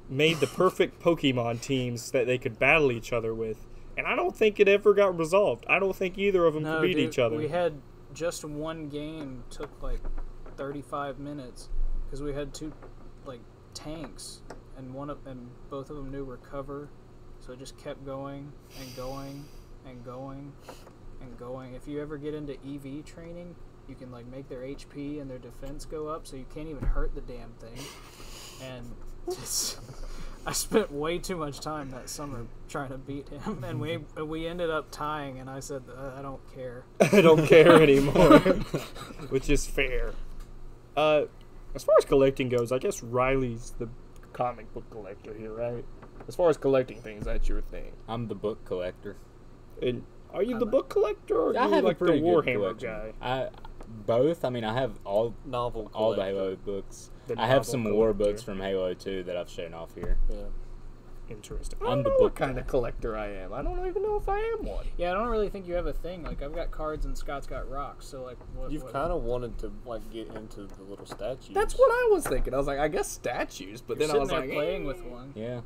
S1: made the perfect Pokemon teams that they could battle each other with. And I don't think it ever got resolved. I don't think either of them
S4: No,
S1: could beat
S4: dude,
S1: each other.
S4: We had just one game took like 35 minutes because we had two like tanks and one of and both of them knew recover, so it just kept going and going and going and going. If you ever get into EV training, you can like make their HP and their defense go up, so you can't even hurt the damn thing. And it's, I spent way too much time that summer trying to beat him, and we we ended up tying. And I said, "Uh, I don't care.
S1: I don't [laughs] care anymore, which is fair. Uh, as far as collecting goes, I guess Riley's the comic book collector here, right? As far as collecting things, that's your thing.
S2: [laughs] I'm the book collector.
S1: And are you the book collector, or are
S2: I
S1: you
S2: have
S1: like
S2: a pretty
S1: the
S2: good
S1: Warhammer
S2: collection.
S1: guy?
S2: I both. I mean, I have all
S3: Novel.
S2: all the
S3: collector.
S2: Halo books.
S1: The
S2: I have
S1: novel
S2: some war
S1: collector.
S2: books from Halo 2 that I've shown off here.
S3: Yeah.
S1: Interesting. I don't
S2: I'm the
S1: know what
S2: book
S1: kind of collector I am. I don't even know if I am one.
S4: Yeah, I don't really think you have a thing. Like I've got cards and Scott's got rocks. So like, what,
S3: You've
S4: what-
S3: kind of wanted to like get into the little statues.
S1: That's what I was thinking. I was like, I guess statues, but
S4: you're
S1: then I
S4: sitting
S1: was
S4: there
S1: like,
S4: playing
S1: eh.
S4: with one.
S2: Yeah,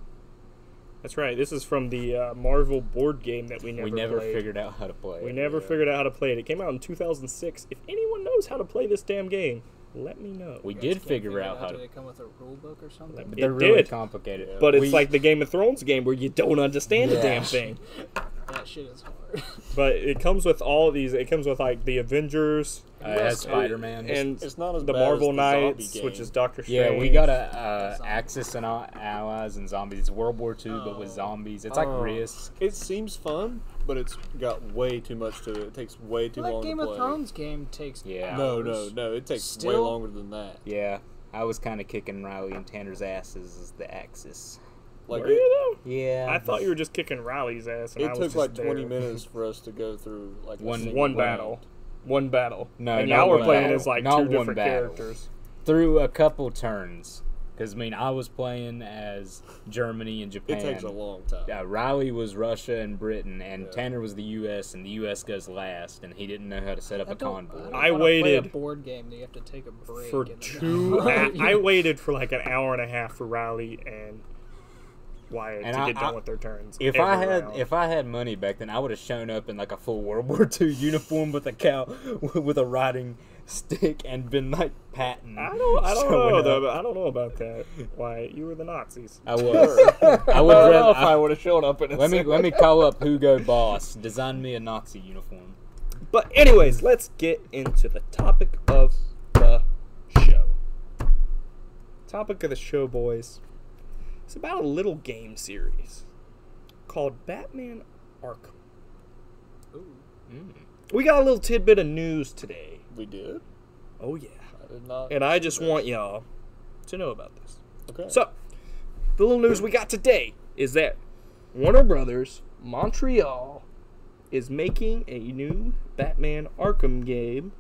S1: That's right. This is from the uh, Marvel board game that we never
S2: we never
S1: played.
S2: figured out how to play.
S1: we
S2: it.
S1: never figured out how to play it. It came out in 2006. If anyone knows how to play this damn game, let me know.
S2: We
S4: You guys
S2: did
S4: can't
S2: figure out
S4: it
S2: how
S4: Did
S2: to.
S4: it come with a rule book or something?
S2: But
S1: It
S2: they're really
S1: did.
S2: complicated.
S1: but it's
S2: We-
S1: like the Game of Thrones game where you don't understand the
S2: Yeah.
S1: damn thing.
S4: [laughs] That shit is hard.
S1: But it comes with all these. It comes with like the Avengers
S2: uh, it has Spider-Man.
S1: and
S3: It's not as
S1: the
S3: bad
S1: Marvel
S3: as the zombie
S1: Knights,
S3: game.
S1: which is Doctor Strange.
S2: yeah, we got a uh,
S4: Zombies.
S2: Axis and Al- Allies and zombies. It's World War II, but with
S4: Oh.
S2: zombies. It's like
S3: Oh.
S2: Risk.
S3: It seems fun, but it's got way too much to it. It takes way too
S4: that
S3: long
S4: Game
S3: to
S4: of
S3: play.
S4: Thrones game takes
S2: Yeah.
S3: No,
S4: hours.
S3: no, no. It takes way
S4: Still-
S3: longer than that.
S2: Yeah, I was kind of kicking Riley and Tanner's asses as the Axis.
S3: Like
S1: Were
S3: it,
S1: you though?
S2: Yeah,
S1: I thought you were just kicking Riley's ass. And I
S3: it
S1: was
S3: took
S1: just
S3: like 20
S1: there.
S3: minutes for us to go through like a
S2: One-
S3: single
S1: one
S3: round.
S1: battle. One battle.
S2: No,
S1: and
S2: not
S1: now we're
S2: one
S1: playing
S2: battle.
S1: as like
S2: Not
S1: two
S2: one
S1: different
S2: battle.
S1: characters.
S2: through a couple turns. Because I mean, I was playing as Germany and Japan.
S3: It takes a long time.
S2: Uh, Riley was Russia and Britain, and
S3: Yeah.
S2: Tanner was the U.S. and the U.S. goes last, and he didn't know how to set up
S4: I
S2: a
S4: don't, I,
S2: convoy.
S4: don't
S6: I
S4: wanna play a
S6: waited
S4: board game that you have to take a break
S6: for
S4: in the
S2: [laughs]
S6: two. [laughs]
S4: middle.
S6: I, I waited for like an hour and a half for Riley and Wyatt
S2: And
S6: to
S2: I-
S6: get done
S2: I-
S6: with their turns.
S2: If
S6: every
S2: I had
S6: round.
S2: if I had money back then, I would have shown up in like a full World War [laughs] II uniform with a cow [laughs] with a riding stick and been like patting.
S6: I don't,
S2: [laughs]
S6: I don't
S2: showing
S6: know
S2: up.
S6: though. but I don't know about that. Wyatt, you were the Nazis.
S2: I was. I would.
S3: [laughs] I don't know
S2: rather-
S3: if I
S2: I,
S3: would have showed up in a
S2: let me let me call up Hugo Boss. Design me a Nazi uniform.
S1: But anyways, let's get into the topic of the show. Topic of the show, boys. It's about a little game series called Batman Arkham.
S4: Ooh.
S1: We got a little tidbit of news today.
S3: We did.
S1: Oh yeah.
S3: I did not.
S1: And I just want y'all to know about this.
S3: okay.
S1: So, the little news we got today is that Warner Brothers Montreal is making a new Batman Arkham game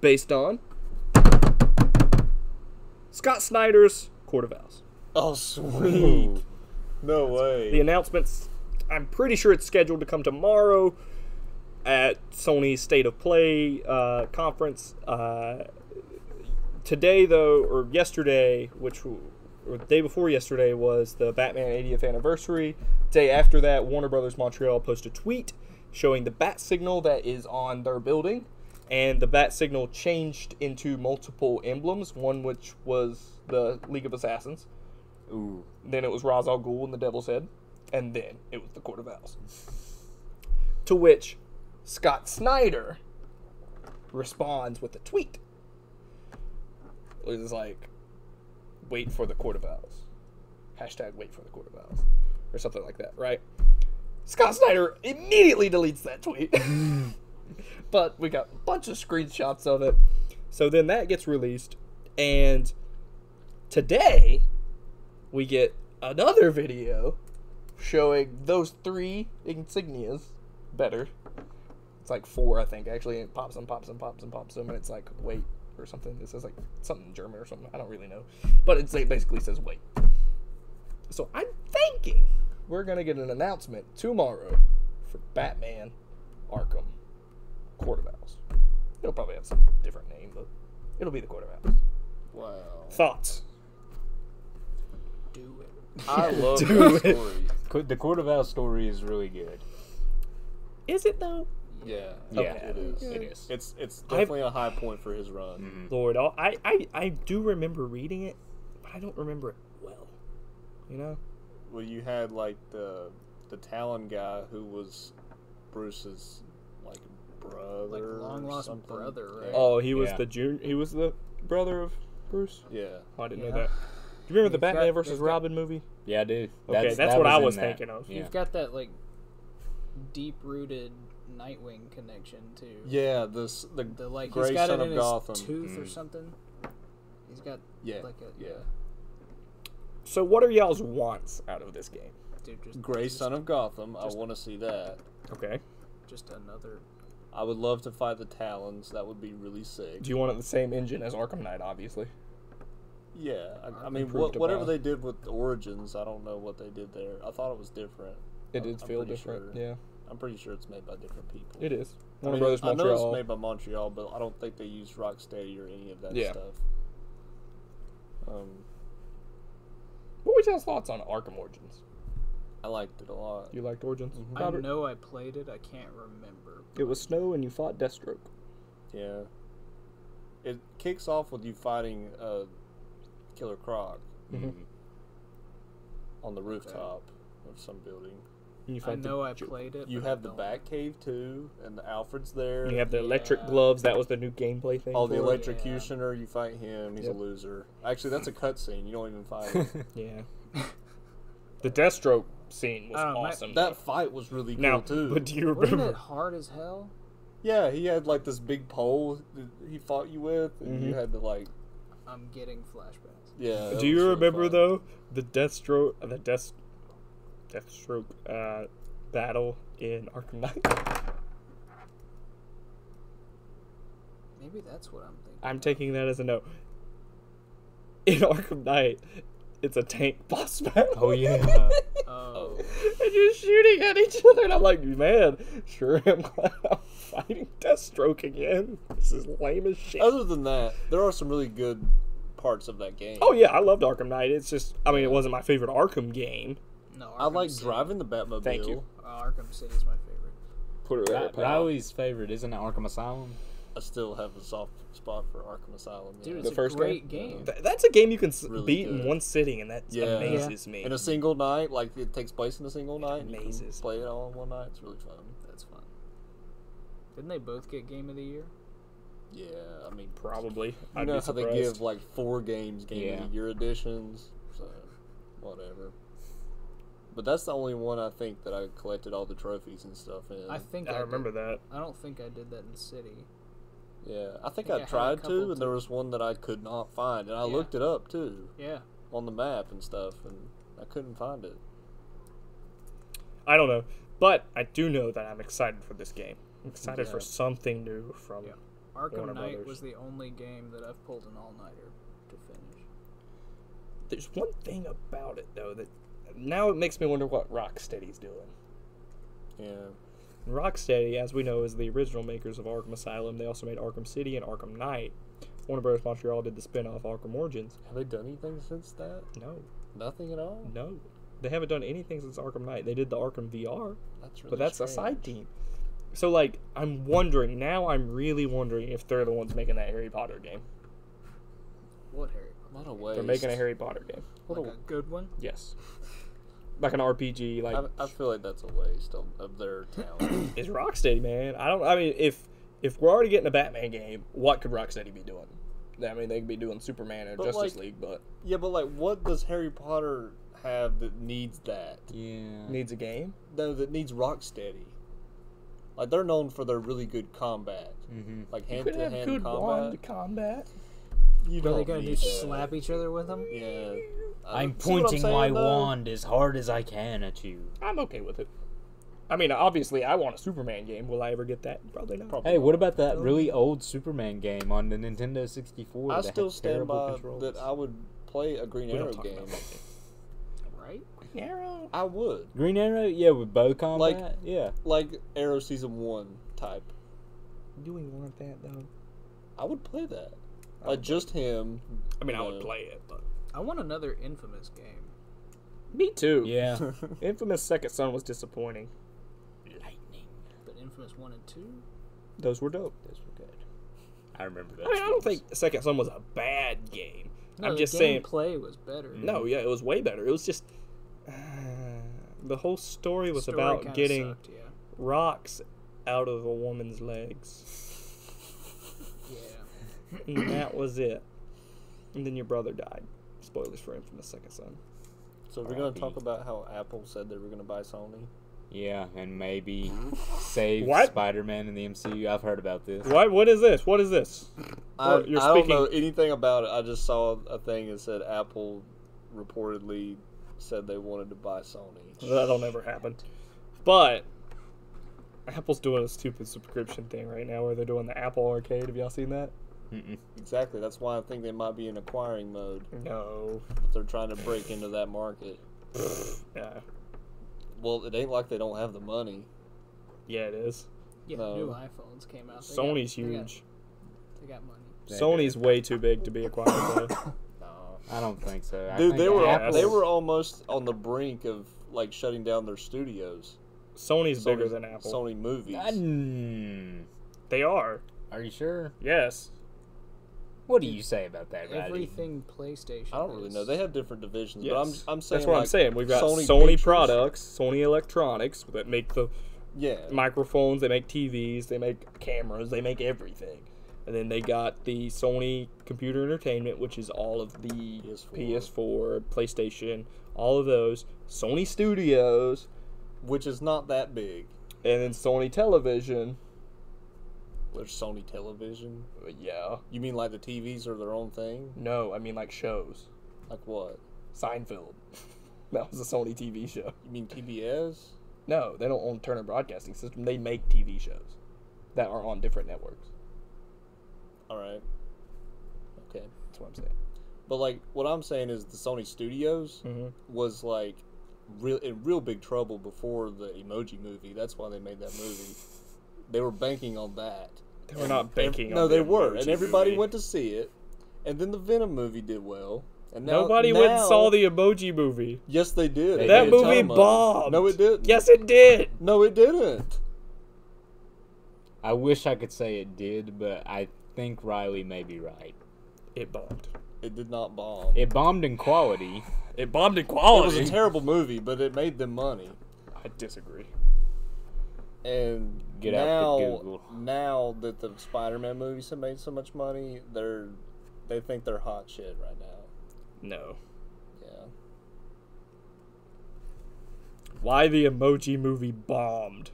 S1: based on Scott Snyder's Court of Owls.
S3: oh sweet.
S1: The
S3: No way.
S1: announcements, I'm pretty sure it's scheduled to come tomorrow at Sony's State of Play uh, conference. Uh, today, though, or yesterday, which w- or the day before yesterday was the Batman 80th anniversary. Day after that, Warner Brothers Montreal posted a tweet showing the bat signal that is on their building, and the bat signal changed into multiple emblems. One which was the League of Assassins,
S2: Ooh.
S1: then it was Ra's al Ghul and the Devil's Head, and then it was the Court of Owls. To which Scott Snyder responds with a tweet. It was like, wait for the Court of Owls. Hashtag wait for the Court of Owls. Or something like that, right? Scott Snyder immediately deletes that tweet. [laughs] but we got a bunch of screenshots of it. So then that gets released. And today, we get another video showing those three insignias better. It's like four, I think, actually. and It pops them, pops them, pops them, pops them, and it's like wait or something. It says like something in German or something. I don't really know, but it's, it basically says wait. So I'm thinking we're gonna get an announcement tomorrow for Batman Arkham Court of Owls. It'll probably have some different name, but it'll be the Court of Owls.
S3: Wow.
S6: Thoughts?
S4: [laughs] Do it.
S3: I love that
S2: it.
S3: story.
S2: Co- The Court of Owls story is really good.
S1: Is it though?
S3: Yeah.
S2: Yeah,
S3: It is.
S2: It is.
S3: It's it's definitely a high point for his run.
S1: Lord, I'll- I, I I do remember reading it, but I don't remember it well. You know,
S3: Well, you had like the the Talon guy who was Bruce's like brother,
S4: Like, long
S3: or
S4: lost
S3: something.
S4: brother, right?
S3: Yeah.
S1: Oh, he was
S2: Yeah.
S1: the jun- He was the brother of Bruce.
S3: Yeah.
S1: Oh, I didn't know
S4: Yeah.
S1: that. Do you remember the
S4: They've
S1: Batman
S4: got-
S1: versus
S4: they've got-
S1: Robin movie?
S2: Yeah, I do.
S6: Okay, that's what I
S2: in
S6: was
S2: that.
S6: thinking of.
S2: Yeah. [laughs]
S4: You've got that like deep-rooted Nightwing connection to
S3: Yeah. This the
S4: the like
S3: Gray
S4: he's got
S3: Son
S4: it
S3: of
S4: in his
S3: Gotham.
S4: tooth or
S2: Mm.
S4: something. He's got
S3: yeah.
S4: like a
S3: yeah.
S1: So, what are y'all's wants out of this game?
S4: dude just
S3: Gray
S4: just,
S3: Son of Gotham. I
S4: just-
S3: want to see that.
S1: Okay.
S4: just another
S3: I would love to fight the Talons. That would be really sick.
S1: Do you want it the same engine as Arkham Knight? Obviously.
S3: Yeah, I, I mean,
S1: Improved
S3: what, whatever
S1: upon.
S3: they did with Origins, I don't know what they did there. I thought it was different.
S1: It
S3: I'm-
S1: did
S3: I'm
S1: feel
S3: pretty
S1: different.
S3: sure.
S1: Yeah,
S3: I'm pretty sure it's made by different people.
S1: it is.
S3: I
S1: Warner
S3: mean,
S1: Brothers
S3: I know it's
S1: Montreal.
S3: made by Montreal, but I don't think they used Rocksteady or any of that
S1: Yeah.
S3: stuff. Um,
S1: What was y'all's thoughts on Arkham Origins?
S3: I liked it a lot.
S1: You liked Origins?
S4: Mhm. I
S1: Robert?
S4: know I played it, I can't remember.
S1: It was snow and you fought Deathstroke.
S3: Yeah. It kicks off with you fighting uh, Killer Croc
S2: Mhm.
S3: on the rooftop of some building.
S1: And you
S4: I
S1: fight the-
S4: know I played it.
S3: You
S4: but I
S3: have the
S4: don't-
S3: Batcave too, and the Alfred's there.
S1: You have the electric gloves. That was the new gameplay thing.
S3: Oh, the
S1: for it.
S3: electrocutioner! You fight him. He's
S1: Yep.
S3: a loser.
S1: [laughs]
S3: Actually, that's a cutscene. You don't even fight. him.
S1: Yeah. [laughs] the Deathstroke scene was
S4: I don't know, my-
S1: awesome.
S3: that fight was really cool
S1: now,
S3: too.
S1: but do you
S4: Wasn't
S1: [laughs]
S4: it
S1: remember?
S4: hard as hell?
S3: yeah, he had like this big pole that he fought you with, and
S1: Mm-hmm.
S3: you had to like.
S4: I'm getting flashbacks.
S1: [laughs]
S3: Yeah. that
S6: Do you
S3: was really
S6: remember
S3: fun.
S6: though the Deathstroke, the Death, Deathstroke uh, battle in Arkham
S1: [laughs]
S6: Knight?
S4: Maybe that's what I'm thinking.
S6: I'm taking that as a no. In Arkham Knight,
S1: it's a tank [laughs] boss battle.
S2: Oh
S1: [laughs]
S2: yeah.
S4: Oh,
S1: and just shooting at each other. And I'm like, man, sure am glad I'm fighting Deathstroke again. This is lame as shit.
S3: Other than that, there are some really good parts of that game.
S1: Oh yeah, I loved Arkham Knight. It's just, I mean, it wasn't my favorite Arkham game.
S4: no. Arkham
S3: I like
S4: City.
S3: driving the Batmobile.
S1: Thank you.
S4: Uh, Arkham City is my favorite.
S1: Put it
S2: Ri- Riley's favorite isn't it Arkham Asylum?
S3: I still have a soft spot for Arkham Asylum. yeah.
S4: Dude, it's
S5: The
S4: a
S5: first
S4: great game.
S1: Th- that's a game you can s
S3: Really
S1: beat in
S3: good.
S1: one sitting, and that
S3: Yeah.
S1: amazes me.
S3: in a single night, like it takes place in a single night. you can
S1: amazes
S3: Play it all in one night. It's really fun.
S4: That's fun. Didn't they both get Game of the Year?
S3: Yeah, I mean,
S1: Probably.
S3: you
S1: I'd
S3: know
S1: be
S3: how they
S1: surprised.
S3: give like four games game
S2: Yeah.
S3: of the year editions, so whatever. But that's the only one I think that I collected all the trophies and stuff in.
S4: I think
S1: I remember
S4: Did.
S1: that.
S4: I don't think I did that in City.
S3: yeah, I think
S4: I
S3: I,
S4: had a
S3: tried
S4: couple
S3: to, and there
S4: too.
S3: was one that I could not find, and I
S4: Yeah.
S3: looked it up too
S4: Yeah.
S3: on the map and stuff, and I couldn't find it.
S1: I don't know, but I do know that I'm excited for this game. I'm excited
S3: Yeah.
S1: for something new from.
S4: Yeah. Arkham
S1: Warner
S4: Knight
S1: Brothers.
S4: was the only game that I've pulled an all nighter to finish.
S1: There's one thing about it though that now it makes me wonder what Rocksteady's doing.
S3: Yeah,
S1: Rocksteady, as we know, is the original makers of Arkham Asylum. They also made Arkham City and Arkham Knight. Warner Bros. Montreal did the spin-off Arkham Origins.
S3: have they done anything since that?
S1: No,
S3: Nothing at all.
S1: no, they haven't done anything since Arkham Knight. They did the Arkham VR,
S3: That's really.
S1: but that's a
S3: strange.
S1: side team. So like, I'm wondering now. I'm really wondering if they're the ones making that Harry Potter game.
S4: What Harry?
S3: What a waste.
S1: They're making a Harry Potter game.
S3: What
S4: Like
S3: a,
S4: a good one?
S1: Yes. Like an RPG, like
S3: I, I feel like that's a waste of, of [clears throat] their talent.
S1: it's Rocksteady, man. I don't. I mean, if if we're already getting a Batman game, what could Rocksteady be doing? I mean, they could be doing Superman or
S3: But,
S1: Justice
S3: like-
S1: League, but
S3: yeah, but like, what does Harry Potter have that needs that?
S2: Yeah.
S1: needs a game.
S3: No, that needs Rocksteady. Like they're known for their really good combat,
S2: Mm-hmm.
S3: like
S1: You
S3: hand
S1: could
S3: to
S1: have good
S3: hand combat.
S1: wand combat.
S3: You
S4: Are
S3: don't
S4: they gonna do
S3: need that.
S4: slap each other with them?
S3: Yeah. I
S2: I'm
S3: don't- see what
S2: pointing
S3: saying,
S2: my
S3: though?
S2: wand as hard as I can at you.
S1: I'm okay with it. I mean, obviously, I want a Superman game. Will I ever get that? Probably not.
S3: Probably
S2: Hey, what
S3: not.
S2: about that really old Superman game on the Nintendo 64?
S3: Oh. I
S2: that had
S3: still stand
S2: terrible
S3: by
S2: controls?
S3: that I would play a Green
S1: We don't
S3: Arrow
S1: talk
S3: game.
S1: about that.
S4: Right?
S1: Narrow.
S3: I would
S2: Green Arrow, yeah, with bow combat, yeah.
S3: like Arrow season one type.
S1: Do we want that though?
S3: I would play that. Like just him.
S1: I mean, I would
S3: No.
S1: play it, but
S4: I want another infamous game.
S1: me too.
S3: [laughs]
S2: Yeah.
S1: Infamous Second Son was disappointing.
S2: Lightning.
S4: But Infamous 1 and 2?
S1: Those were dope.
S2: Those were good. I remember that.
S1: I mean, I don't think Second Son was a bad game.
S4: No,
S1: I'm
S4: the
S1: just saying.
S4: Play was better.
S1: No, yeah, it was way better. It was just uh, the whole story was
S4: Story
S1: about
S4: kinda
S1: getting
S4: sucked, yeah.
S1: rocks out of a woman's legs,
S4: Yeah.
S1: and that was it. And then your brother died. Spoilers for Infamous Second Son.
S3: So we're gonna talk
S2: RIP.
S3: about how Apple said they were gonna buy Sony.
S2: Yeah, and maybe
S3: Mm-hmm.
S2: save
S1: What?
S2: Spider-Man in the MCU. I've heard about this.
S1: What? What is this? What is this?
S3: I,
S1: Or you're
S3: Uh, I don't
S1: speaking-
S3: know anything about it. I just saw a thing that said Apple reportedly said they wanted to buy Sony.
S1: That'll never happen. But Apple's doing a stupid subscription thing right now, where they're doing the Apple Arcade. Have y'all seen that?
S2: Mm-mm.
S3: Exactly. That's why I think they might be in acquiring mode.
S1: No.
S3: If they're trying to break into that market.
S1: Yeah.
S3: Well, it ain't like they don't have the money.
S1: Yeah, it is.
S4: Yeah,
S3: No.
S4: new iPhones came out. They got-
S1: Sony's
S4: they got-
S1: huge.
S4: They got money.
S2: They do.
S1: Sony's way too big to be acquired. Though.
S3: No.
S2: I don't think so. I
S3: Dude,
S2: think
S3: they were
S2: Apple-
S3: they were almost on the brink of like shutting down their studios.
S1: Sony's bigger
S3: Sony-
S1: than Apple.
S3: Sony movies.
S2: I- mm.
S1: They are.
S2: Are you sure?
S1: Yes.
S2: What do you say about that, Riley?
S4: Everything PlayStation.
S3: I don't really
S4: is-
S3: know. They have different divisions,
S1: Yes.
S3: but I'm I'm saying
S1: That's what I'm
S3: like,
S1: saying. We've got Sony,
S3: Pictures-
S1: products, Sony electronics that make the
S3: Yeah.
S1: microphones, they make TVs, they make cameras, they make everything. And then they got the Sony Computer Entertainment, which is all of the
S3: PS4.
S1: PS4, PlayStation, all of those. Sony Studios,
S3: which is not that big.
S1: and then Sony Television.
S3: There's Sony Television.
S1: But Yeah.
S3: You mean like the TVs are their own thing?
S1: No, I mean like shows.
S3: Like what?
S1: Seinfeld. [laughs] that was a Sony TV show.
S3: You mean TBS?
S1: No, they don't own Turner Broadcasting System. They make TV shows that are on different networks.
S3: All right. Okay.
S1: That's what I'm saying.
S3: But like what I'm saying is the Sony Studios was like real in real big trouble before the Emoji movie. That's why they made that movie. They were banking on that.
S1: They were not banking
S3: no,
S1: on
S3: they
S1: the
S3: were,
S1: Emoji
S3: and everybody
S1: movie.
S3: went to see it. And then the Venom movie did well. And now,
S1: Nobody went and
S3: now-
S1: saw the emoji movie.
S3: Yes, they did. They
S1: That
S3: made a ton
S1: movie
S3: of money.
S1: bombed.
S3: No, it didn't.
S1: Yes, it did.
S3: No, it didn't.
S2: I wish I could say it did, but I think Riley may be right.
S1: It bombed.
S3: It did not bomb. It,
S2: It bombed in quality.
S1: It bombed in
S3: was a
S1: quality.
S3: terrible movie, but it made them money.
S1: I disagree.
S3: And
S2: Get out the
S3: now,
S2: Google.
S3: now that the Spider-Man movies have made so much money, they're they think they're hot shit right now.
S1: No.
S3: Yeah.
S1: Why the emoji movie bombed?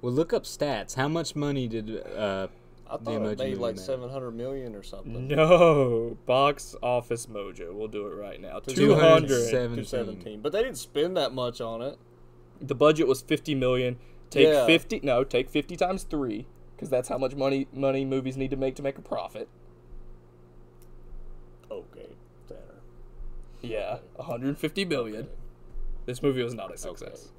S2: Well, look up stats. How much money did uh,
S3: I
S2: The
S3: thought
S2: emoji
S3: it made
S2: movie
S3: like
S2: made.
S3: seven hundred million or something.
S1: No. Box office mojo. We'll do it right now. 200.
S2: 217?
S3: 217. But they didn't spend that much on it.
S1: The budget was 50 million. Take
S3: Yeah.
S1: 50. No, take 50 times 3 cuz that's how much money money movies need to make to make a profit.
S3: Okay, Tanner.
S1: Yeah, 150 billion. This movie was not a success.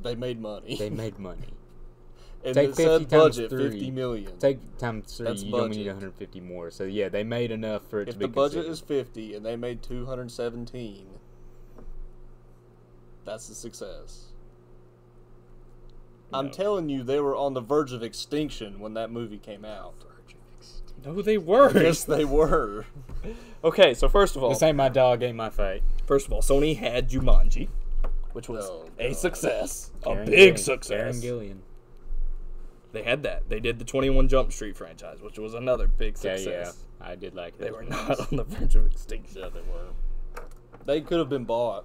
S3: They made money.
S2: They made money.
S3: [laughs] and
S2: Take
S3: it
S2: 50 times
S3: said budget
S2: three.
S3: fifty million.
S2: Take times three.
S3: That's
S2: you only need
S3: budget.
S2: 150 more. So yeah, they made enough for it to
S3: if
S2: be.
S3: the budget
S2: considered.
S3: is fifty and they made two hundred seventeen, that's a success. I'm
S1: No.
S3: telling you, they were on the verge of extinction when that movie came out. [laughs]
S1: No, they weren't.
S3: Yes, they were.
S1: Okay, so first of all,
S2: this ain't my dog, ain't my fight.
S1: first of all, Sony had Jumanji, which was
S3: Oh,
S1: a success, a
S2: Karen
S1: big
S2: Gillan- Karen
S1: success.
S2: Gillian.
S1: They had that. They did the 21 Jump Street franchise, which was another big
S2: Yeah,
S1: success.
S2: yeah. I did like that.
S1: They were not [laughs] on the verge of extinction.
S3: Yeah, they were. They could have been bought,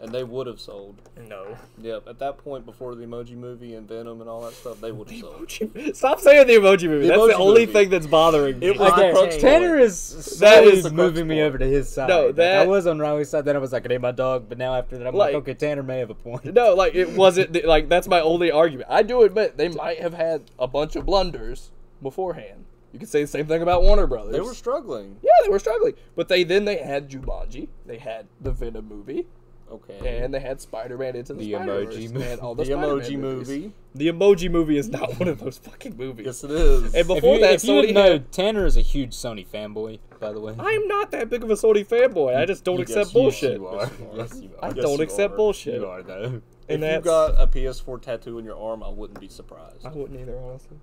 S3: and they would have sold.
S1: No. [laughs]
S3: Yep, at that point, before the Emoji Movie and Venom and all that stuff, they would have sold.
S1: Stop saying the emoji movie.
S3: The
S1: That's the
S3: emoji
S1: only
S3: movie.
S1: thing that's bothering me.
S3: It was the
S4: Okay.
S3: crux
S2: Tanner
S3: point.
S2: is
S1: That
S2: that
S1: is
S2: is
S1: the
S2: moving
S1: crux
S2: me
S1: point.
S2: over to his side.
S1: No,
S2: Like,
S1: that-
S2: I was on Riley's side. Then I was like, "It ain't my dog." But now after that, I'm like,
S1: Like-
S2: "Okay, Tanner may have a point."
S1: No, like it wasn't the, like that's my only argument. I do admit they might have had a bunch of blunders beforehand. You could say the same thing about Warner Brothers.
S3: They were struggling.
S1: yeah, they were struggling, but they then they had Jumanji, they had the Venom movie,
S3: Okay.
S1: and they had Spider-Man into the,
S2: The
S1: Spider-Verse
S2: Emoji
S1: and
S2: Movie.
S1: all
S3: the
S1: the, Spider-Man
S3: Emoji
S1: movies.
S3: Movie.
S1: The Emoji movie is not one of those fucking movies.
S3: Yes, it is.
S1: And
S2: If
S1: before
S2: you,
S1: that,
S2: if you didn't
S1: Sony
S2: know,
S1: had,
S2: Tanner is a huge Sony fanboy, by the way.
S1: I am not that big of a Sony fanboy. I just don't
S3: You-
S1: accept
S3: yes, you-
S1: bullshit.
S2: You are.
S3: you are.
S2: Yes, you
S1: I
S2: are.
S3: Yes,
S1: don't
S3: you
S1: accept
S3: are.
S1: bullshit.
S2: You are though.
S1: And
S3: if you
S1: that's
S3: got a PS4 tattoo on your arm, I wouldn't be surprised.
S1: I wouldn't either, honestly,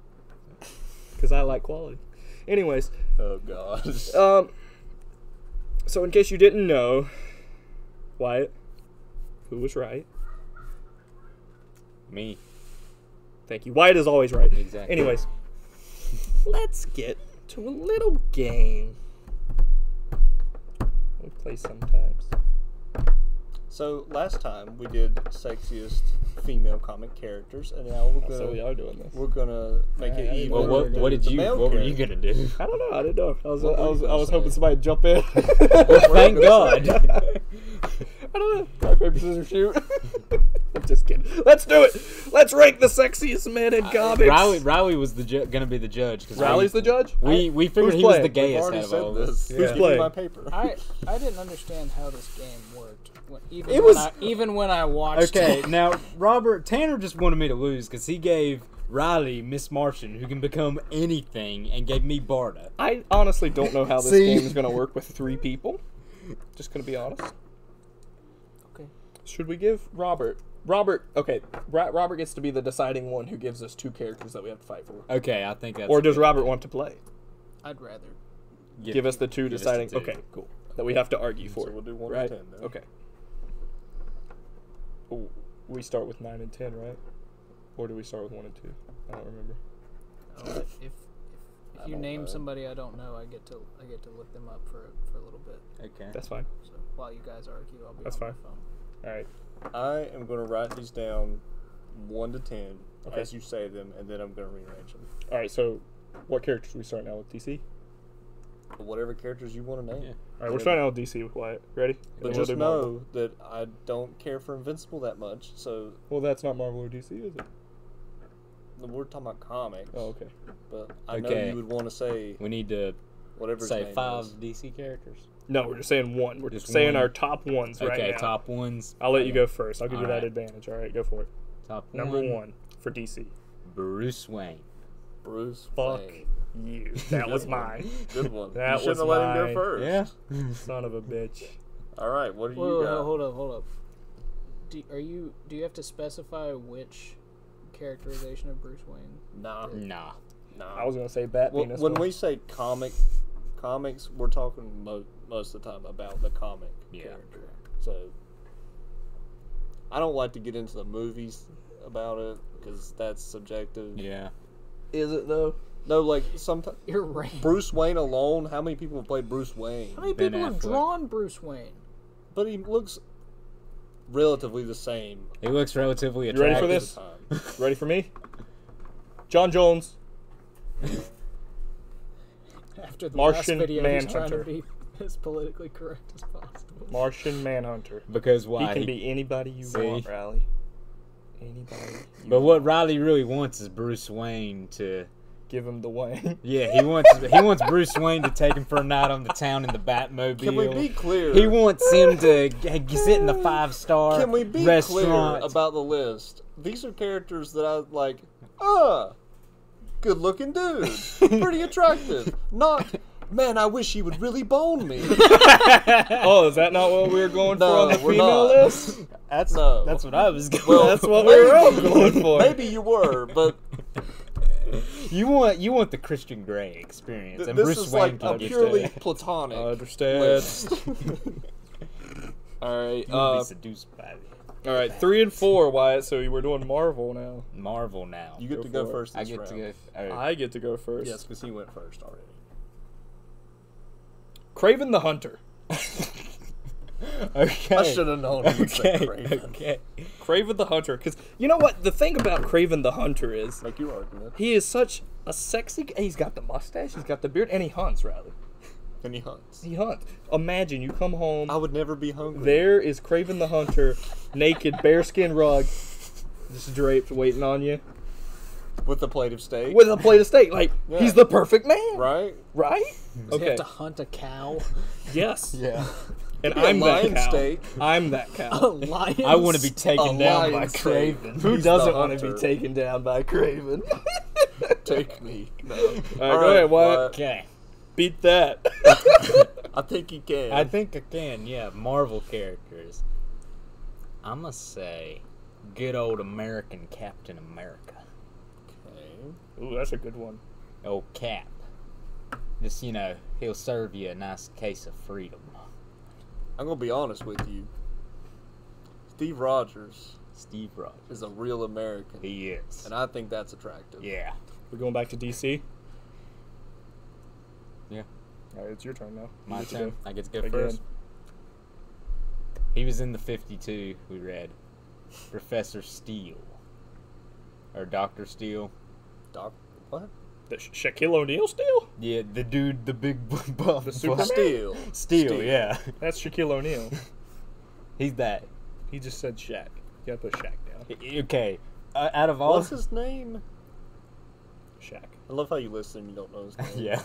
S1: because I like quality. Anyways,
S3: Oh god.
S1: Um, so in case you didn't know, Wyatt, who was right?
S2: Me.
S1: Thank you. Wyatt is always right.
S2: Exactly.
S1: Anyways, let's get to a little game. We play sometimes.
S3: so last time we did sexiest female comic characters, and now we're gonna
S1: So we are doing this.
S3: we're gonna make
S1: Yeah,
S3: it
S1: I
S3: even.
S2: Well, what,
S3: with
S2: what did
S3: the
S2: you?
S3: male
S2: What were you
S3: characters.
S2: gonna do?
S1: I don't know. I didn't know. I was,
S3: What
S1: I
S3: were
S1: was,
S3: you
S1: I
S3: gonna
S1: was hoping
S3: say?
S1: somebody'd jump [laughs] in.
S2: Thank God.
S1: [laughs] I don't know. Rock, paper, scissors, shoot. [laughs] I'm just kidding. Let's do it. Let's rank the sexiest men in [laughs] comics.
S2: [laughs] Riley, Riley was the ju- gonna be the judge because
S1: Riley's the judge.
S2: We we
S1: Who's
S2: figured he was
S1: playing?
S2: the
S1: We've
S3: I've
S2: gayest out
S3: already
S2: of all
S3: said
S2: of us.
S3: this.
S1: Yeah.
S3: Who's
S1: playing?
S3: My paper.
S4: I I didn't understand how this game worked. When- Even
S1: It
S4: when
S1: was-
S4: I, even when I watched.
S2: Okay,
S4: it.
S2: now Robert Tanner just wanted me to lose because he gave Riley Miss Martian, who can become anything, and gave me Barda.
S1: I honestly don't know how this
S2: See?
S1: game is going to work with three people. Just going to be honest.
S4: Okay.
S1: Should we give Robert? Robert, okay. Ro- Robert gets to be the deciding one who gives us two characters that we have to fight for.
S2: Okay, I think that's
S1: Or does Robert want to play?
S4: I'd rather.
S1: Give us the two
S2: give us the
S1: deciding.
S2: two.
S1: Okay, cool. That we have to argue for.
S3: [laughs] So we'll do one to
S1: right?
S3: ten, then.
S1: Okay. Oh, we start with nine and ten, right? Or do we start with one and two? I don't remember.
S4: Oh, if if, if you
S3: don't
S4: name
S3: know.
S4: somebody I don't know, I get to I get to look them up for for a little bit.
S2: Okay.
S3: [laughs]
S1: That's fine.
S4: So while you guys argue, I'll be
S1: That's
S4: on my
S1: fine.
S4: phone.
S1: All right.
S3: I am gonna write these down, one to ten,
S1: Okay.
S3: as you say them, and then I'm gonna rearrange them.
S1: All right. So, what characters we start now with DC?
S3: Whatever characters you want to name.
S2: Yeah.
S1: All right, we're starting out with DC with Wyatt. Ready?
S3: But
S1: Then we'll
S3: just
S1: do
S3: know
S1: Marvel.
S3: that I don't care for Invincible that much, so
S1: Well, that's not Marvel or DC, is it?
S3: we're talking about comics.
S1: Oh, okay.
S3: But I know
S2: Okay.
S3: you would want to say
S2: We need to
S3: whatever. his
S2: Say
S3: name
S2: five
S3: is.
S2: DC characters.
S1: No, we're just saying one. We're
S2: Just
S1: saying
S2: one.
S1: our top ones right
S2: okay,
S1: now.
S2: top ones.
S1: I'll let you go first. I'll give you that
S2: Alright.
S1: advantage. All right, go for it.
S2: Top
S1: Number one, for DC.
S2: Bruce Wayne.
S3: Bruce.
S1: Fuck
S3: Wayne.
S1: you. That
S3: [laughs]
S1: was mine.
S3: Good
S1: [laughs]
S3: one.
S1: That
S3: you
S1: was
S3: shouldn't have let him
S1: mine.
S3: go first.
S1: Son of a bitch.
S3: All right. What do you
S4: Whoa,
S3: got?
S4: whoa, hold up, hold up. Do, are you? Do you have to specify which characterization of Bruce Wayne?
S3: Nah,
S2: Nah.
S3: nah.
S1: I was gonna say Batman.
S3: Well,
S1: as
S3: when
S1: well.
S3: we say comic comics, we're talking mo- most of the time about the comic
S2: Yeah.
S3: character. So I don't like to get into the movies about it because that's subjective.
S2: Yeah.
S3: Is it though? No, like sometimes
S4: You're right.
S3: Bruce Wayne alone. How many people have played Bruce Wayne?
S4: How many
S2: Ben
S4: people have
S2: Affleck.
S4: drawn Bruce Wayne?
S3: But he looks relatively the same.
S2: He looks relatively
S1: You
S2: attractive.
S1: ready for this?
S3: Time.
S1: Ready for me? John Jones.
S4: After the
S1: Martian
S4: last video, he's trying
S1: Manhunter.
S4: to be [laughs] as politically correct as possible.
S1: Martian Manhunter.
S2: Because
S1: He
S2: why?
S1: can be anybody you
S2: See?
S1: want, Riley. Anybody. You
S2: But what Riley really wants is Bruce Wayne to.
S1: Give him the
S3: [laughs]
S1: Wayne.
S2: Yeah, he wants [laughs] he wants Bruce Wayne to take him for a night on the town in the Batmobile.
S3: Can we be clear?
S2: He wants him to g- g- sit in the five star
S3: Can we be
S2: restaurant.
S3: clear about the list? These are characters that I like. Ah, good looking dude,
S2: [laughs]
S3: pretty attractive. Not, man, I wish he would really
S2: [laughs]
S3: bone me.
S1: oh, is that not what we were going for on
S3: No,
S1: the
S3: we're
S1: female
S3: not.
S1: list?
S2: that's
S3: No.
S2: that's what I was going.
S1: [laughs]
S3: Well,
S1: That's what we were all going for.
S3: Maybe you
S2: [laughs]
S3: were, but
S2: you want you want the Christian Grey experience,
S3: th-
S2: and
S3: this
S2: Bruce
S3: is
S2: Wayne
S3: like
S2: can
S3: a
S2: get
S3: purely
S2: to,
S3: [laughs] platonic.
S1: I
S2: Oh,
S1: understand.
S3: list. [laughs] All right.
S2: you wanna
S3: Uh,
S2: be seduced by it.
S1: All
S3: [laughs]
S1: right, three and four, Wyatt. So we're doing Marvel now.
S2: Marvel now.
S3: you get to go
S1: for it.
S3: first. This
S2: I get
S3: round.
S2: to go. all right.
S1: I get to go first.
S3: Yes, because he went first already.
S1: Craven the Hunter.
S2: [laughs] okay.
S3: I should have known. he would
S2: [laughs]
S3: say
S2: Okay.
S3: Craven.
S2: Okay.
S1: Craven the Hunter. Because you know what? The thing about Craven the Hunter is
S3: Make your argument.
S1: he is such a sexy. g- He's got the mustache, he's got the beard, and he hunts, Riley.
S3: And he hunts.
S1: He hunts. Imagine you come home.
S3: I would never be hungry.
S1: There is Craven the Hunter, naked, bearskin rug, just draped, waiting on you
S3: with a plate of steak.
S1: with a plate of steak. Like he's the perfect man, right?
S3: right?
S4: Does he
S1: Okay.
S4: have to hunt a cow? [laughs]
S1: Yes.
S3: [laughs] Yeah.
S1: And
S3: a
S1: I'm that
S3: lion
S1: cow.
S3: steak.
S1: I'm that
S4: a
S1: cow.
S4: lion?
S2: I want to be taken
S3: a
S2: down by
S3: lion's tail.
S2: Craven.
S1: [laughs] Who
S3: He's the
S1: doesn't want to be
S3: hunter.
S2: [laughs]
S1: taken down by Craven?
S3: Take me.
S2: [laughs]
S3: No.
S1: [laughs] All right, go ahead, Wyatt.
S3: Wyatt.
S2: Okay.
S1: Beat that. [laughs]
S3: I think he can.
S2: I think I can, yeah. Marvel characters. I'm going to say good old American Captain America.
S1: Ooh, that's a good one.
S2: Old Cap. Just, you know, he'll serve you a nice case of freedom.
S3: I'm gonna be honest with you. Steve Rogers
S2: Steve Rogers.
S3: is a real American,
S2: He is.
S3: and I think that's attractive.
S2: Yeah.
S1: We're going back to DC.
S2: Yeah.
S1: All right, it's your turn now.
S2: My
S1: You get to
S2: turn.
S1: go.
S2: I get to go
S1: Again.
S2: first. He was in the 52 we read. Professor Steele. Or Dr. Steele.
S3: Doc, what?
S1: The Sha- Shaquille O'Neal still?
S2: Yeah, the dude, the big [laughs] bu- buff. The
S1: Superman?
S3: Steel.
S2: Steele, yeah.
S1: That's Shaquille O'Neal.
S2: [laughs] He's that.
S1: he just said Shaq. You gotta put Shaq down.
S2: Okay. Uh, out of all.
S3: What's his name?
S1: Shaq.
S3: I love how you listen. You don't know
S2: [laughs]
S3: his name.
S2: [laughs] Yeah.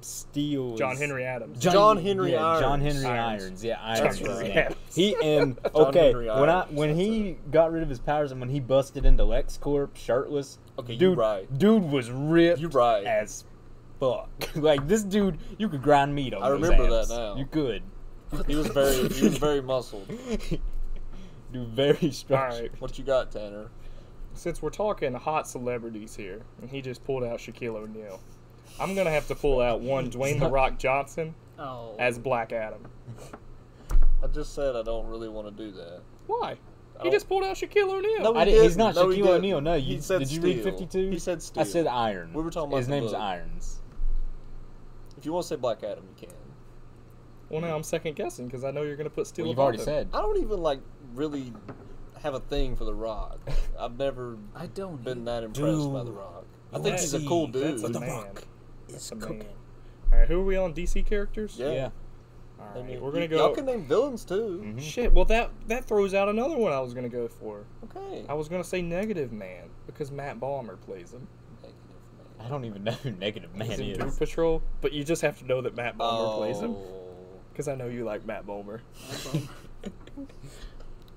S2: Steel.
S1: John Henry Adams.
S3: John Henry
S2: yeah, John
S3: Irons.
S2: Henry
S1: Irons.
S2: Irons. Yeah, Irons.
S1: John
S2: was
S1: Henry
S2: that.
S1: Adams.
S2: [laughs] He and okay,
S3: Henry
S2: when I
S3: Irons,
S2: when
S3: that's
S2: he got rid of his powers and when he busted into LexCorp shirtless,
S3: Okay, you
S2: dude,
S3: right.
S2: dude was ripped
S3: You right.
S2: [laughs] as fuck. [laughs] like this dude, you could grind meat on.
S3: I
S2: those
S3: remember that
S2: abs.
S3: now.
S2: You could.
S3: He was very, he was very muscled.
S2: Dude, very [laughs] strong.
S1: Alright.
S3: What you got, Tanner?
S1: Since we're talking hot celebrities here, and he just pulled out Shaquille O'Neal, I'm gonna have to pull out one Dwayne the Rock Johnson
S4: Oh,
S1: as Black Adam.
S3: I just said I don't really want to do that.
S1: Why? He
S2: Oh.
S3: don't-
S1: just pulled out Shaquille O'Neal.
S3: No,
S2: I
S3: He
S2: didn't, he's not
S3: didn't. No, he
S2: Shaquille
S3: didn't.
S2: O'Neal. No,
S3: He
S2: you
S3: said
S2: did you read
S3: Steele.
S2: fifty two?
S3: He said
S2: I said
S3: Steele.
S2: Iron.
S3: We were talking about
S2: his
S3: the
S2: name's
S3: book.
S2: Irons.
S3: If you want to say Black Adam, you can.
S1: well, now I'm second guessing because I know you're gonna put Steel.
S2: Well, you've already
S1: above him.
S2: said.
S3: I don't even like really have a thing for
S2: [laughs]
S3: The Rock. I've never
S4: I don't.
S3: been
S4: either.
S3: that impressed by The
S2: Dude.
S3: Rock. I think he's a
S2: see,
S3: cool dude.
S2: that's
S1: That's a
S2: The
S1: man.
S2: Rock
S1: That's a man. All right, who are we on? DC characters.
S3: Yeah.
S2: yeah.
S1: All
S3: I
S1: right,
S3: mean,
S1: we're gonna
S3: y- Y'all
S1: go. Hmm.
S3: can name villains too.
S2: Mm-hmm.
S1: Shit. Well, that that throws out another one I was gonna go for.
S3: Okay.
S1: I was gonna say Negative Man because Matt Balmer plays him.
S3: Negative man.
S2: I don't even [laughs] know who Negative Man
S1: He's in Doom
S2: is.
S1: Patrol, but you just have to know that Matt Bomer plays him
S2: Oh.
S1: because I know you like Matt Bomer.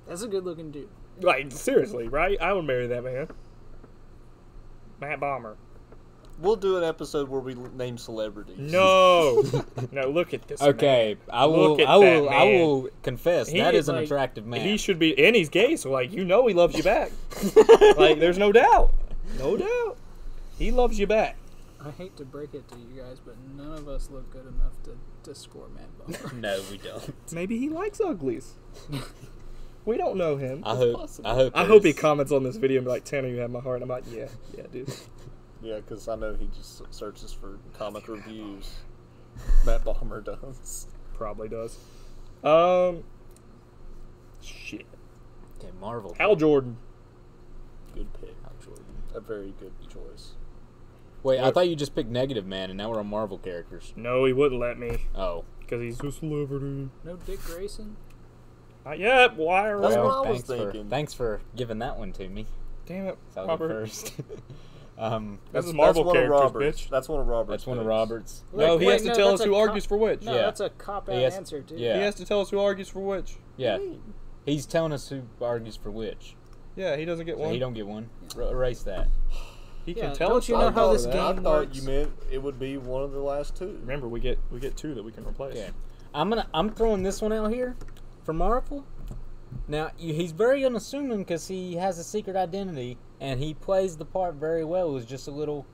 S4: That's a good looking dude.
S1: Like seriously, right? I would marry that man. Matt Bomber.
S3: We'll do an episode where we l- name celebrities.
S1: [laughs] No, no. Look at this.
S2: Okay, I
S1: Look
S2: will.
S1: at
S2: I will.
S1: that
S2: I
S1: man.
S2: will confess
S1: He
S2: that
S1: is
S2: is an
S1: like-
S2: attractive
S1: man.
S2: man. [laughs]
S1: He should be, and he's gay, so like you know he loves you back. like there's no doubt, no doubt. He loves you back.
S4: I hate to break it to you guys, but none of us look good enough to, to score Matt Bomer.
S2: no, we don't.
S1: Maybe he likes [laughs] uglies. we don't know him.
S2: I hope. I hope.
S1: I hope he
S2: there's-
S1: comments on this video and be like, Tanner, you have my heart. And I'm like, yeah, yeah, dude.
S3: [laughs] Yeah, because I know he just searches for comic reviews. [laughs] Matt Bomber does.
S1: Probably does. Um, shit.
S2: Okay, Marvel.
S1: Al Jordan.
S3: Good pick.
S2: Hal Jordan.
S3: A very good choice.
S2: Wait, I thought you just picked Negative Man, and now we're on Marvel characters.
S1: No, he wouldn't let me
S2: Oh,
S1: because he's a celebrity.
S4: [laughs] no Dick Grayson?
S1: Not yet. Why are
S3: That's
S1: we?
S2: well,
S3: what I was
S2: thanks for-
S3: thinking.
S2: thanks for giving that one to me.
S1: Damn it,
S2: So I'll go
S1: Robert.
S2: first. [laughs] um,
S1: This is
S3: That's
S1: Marvel
S3: one of
S1: characters,
S3: Robert's.
S1: bitch.
S3: That's one of Robert's.
S2: that's one of
S3: picks.
S2: Roberts.
S1: No, he
S4: Wait,
S1: has to
S4: no,
S1: tell us
S4: that's a
S1: who
S4: cop-
S1: argues for which.
S4: No,
S2: Yeah.
S4: that's a cop out
S2: He has-
S4: answer, dude.
S2: yeah.
S1: He has to tell us who argues for which.
S2: Yeah, he's telling us who argues for which.
S1: Yeah, he doesn't get
S2: So
S1: one.
S2: he don't get one. R- erase that.
S1: He
S4: Yeah,
S1: can tell
S4: don't
S1: us.
S4: you
S1: all
S4: know how
S1: about
S4: this
S1: that.
S4: game-
S3: I thought
S4: works.
S3: you meant it would be one of the last two.
S1: Remember, we get we get two that we can replace.
S2: Okay, I'm gonna I'm throwing this one out here for Marvel. Now you- he's very unassuming because he has a secret identity and he plays the part very well. As just a little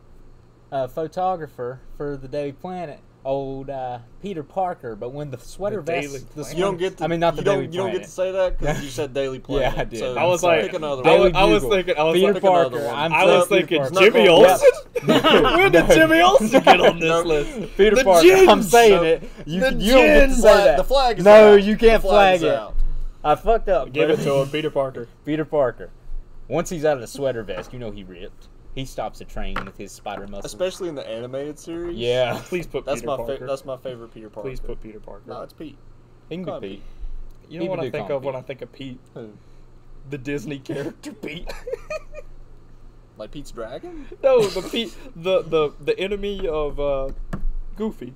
S2: uh, photographer for the Daily Planet, old uh, Peter Parker. But when the sweater
S1: The
S2: vest,
S1: Daily
S2: the
S1: Planet?
S2: sweater,
S3: You don't get. To,
S2: I mean, not the
S3: you don't,
S2: Daily
S3: you don't
S2: Planet.
S3: get to say
S2: [laughs]
S3: that because you said Daily Planet.
S2: I did.
S3: So
S2: I was
S1: like-
S3: pick another
S1: I
S2: Daily
S1: was,
S3: one.
S1: I was
S2: Bugle.
S1: thinking. I was
S2: Peter
S1: like,
S3: Pick another
S2: Parker.
S3: one.
S2: I'm
S1: I was
S2: throwing
S1: thinking
S2: Peter Parker.
S1: Jimmy Olsen. When
S2: [laughs]
S1: did Jimmy Olsen get on [laughs] this list?
S2: Peter
S1: The
S2: Parker. I'm
S1: gins.
S2: saying it. You,
S1: The
S2: you don't get to
S1: gins.
S2: say
S3: Flag-
S2: that.
S3: The flag is
S2: no,
S3: out.
S2: you can't
S3: The
S2: flag
S3: is
S2: it.
S3: out.
S2: I fucked
S1: [laughs]
S2: up.
S1: Give it
S2: but-
S1: to him, Peter Parker.
S2: Peter Parker. Once he's out of the sweater vest, you know he ripped. He stops a train with his spider muscles.
S3: Especially in the animated series.
S2: yeah,
S1: Please put
S3: That's
S1: Peter
S3: my
S1: Parker.
S3: fa- that's my favorite Peter Parker.
S1: Please put Peter Parker.
S3: No, it's Pete.
S2: he can
S3: God,
S2: be Pete.
S1: you know
S2: even
S1: what I
S2: do
S1: think
S2: call
S1: of when
S2: Pete.
S1: I think of Pete,
S3: Who?
S1: the
S3: [laughs]
S1: Disney character Pete.
S3: Like Pete's dragon?
S1: no, the Pete, the the the enemy of uh, Goofy,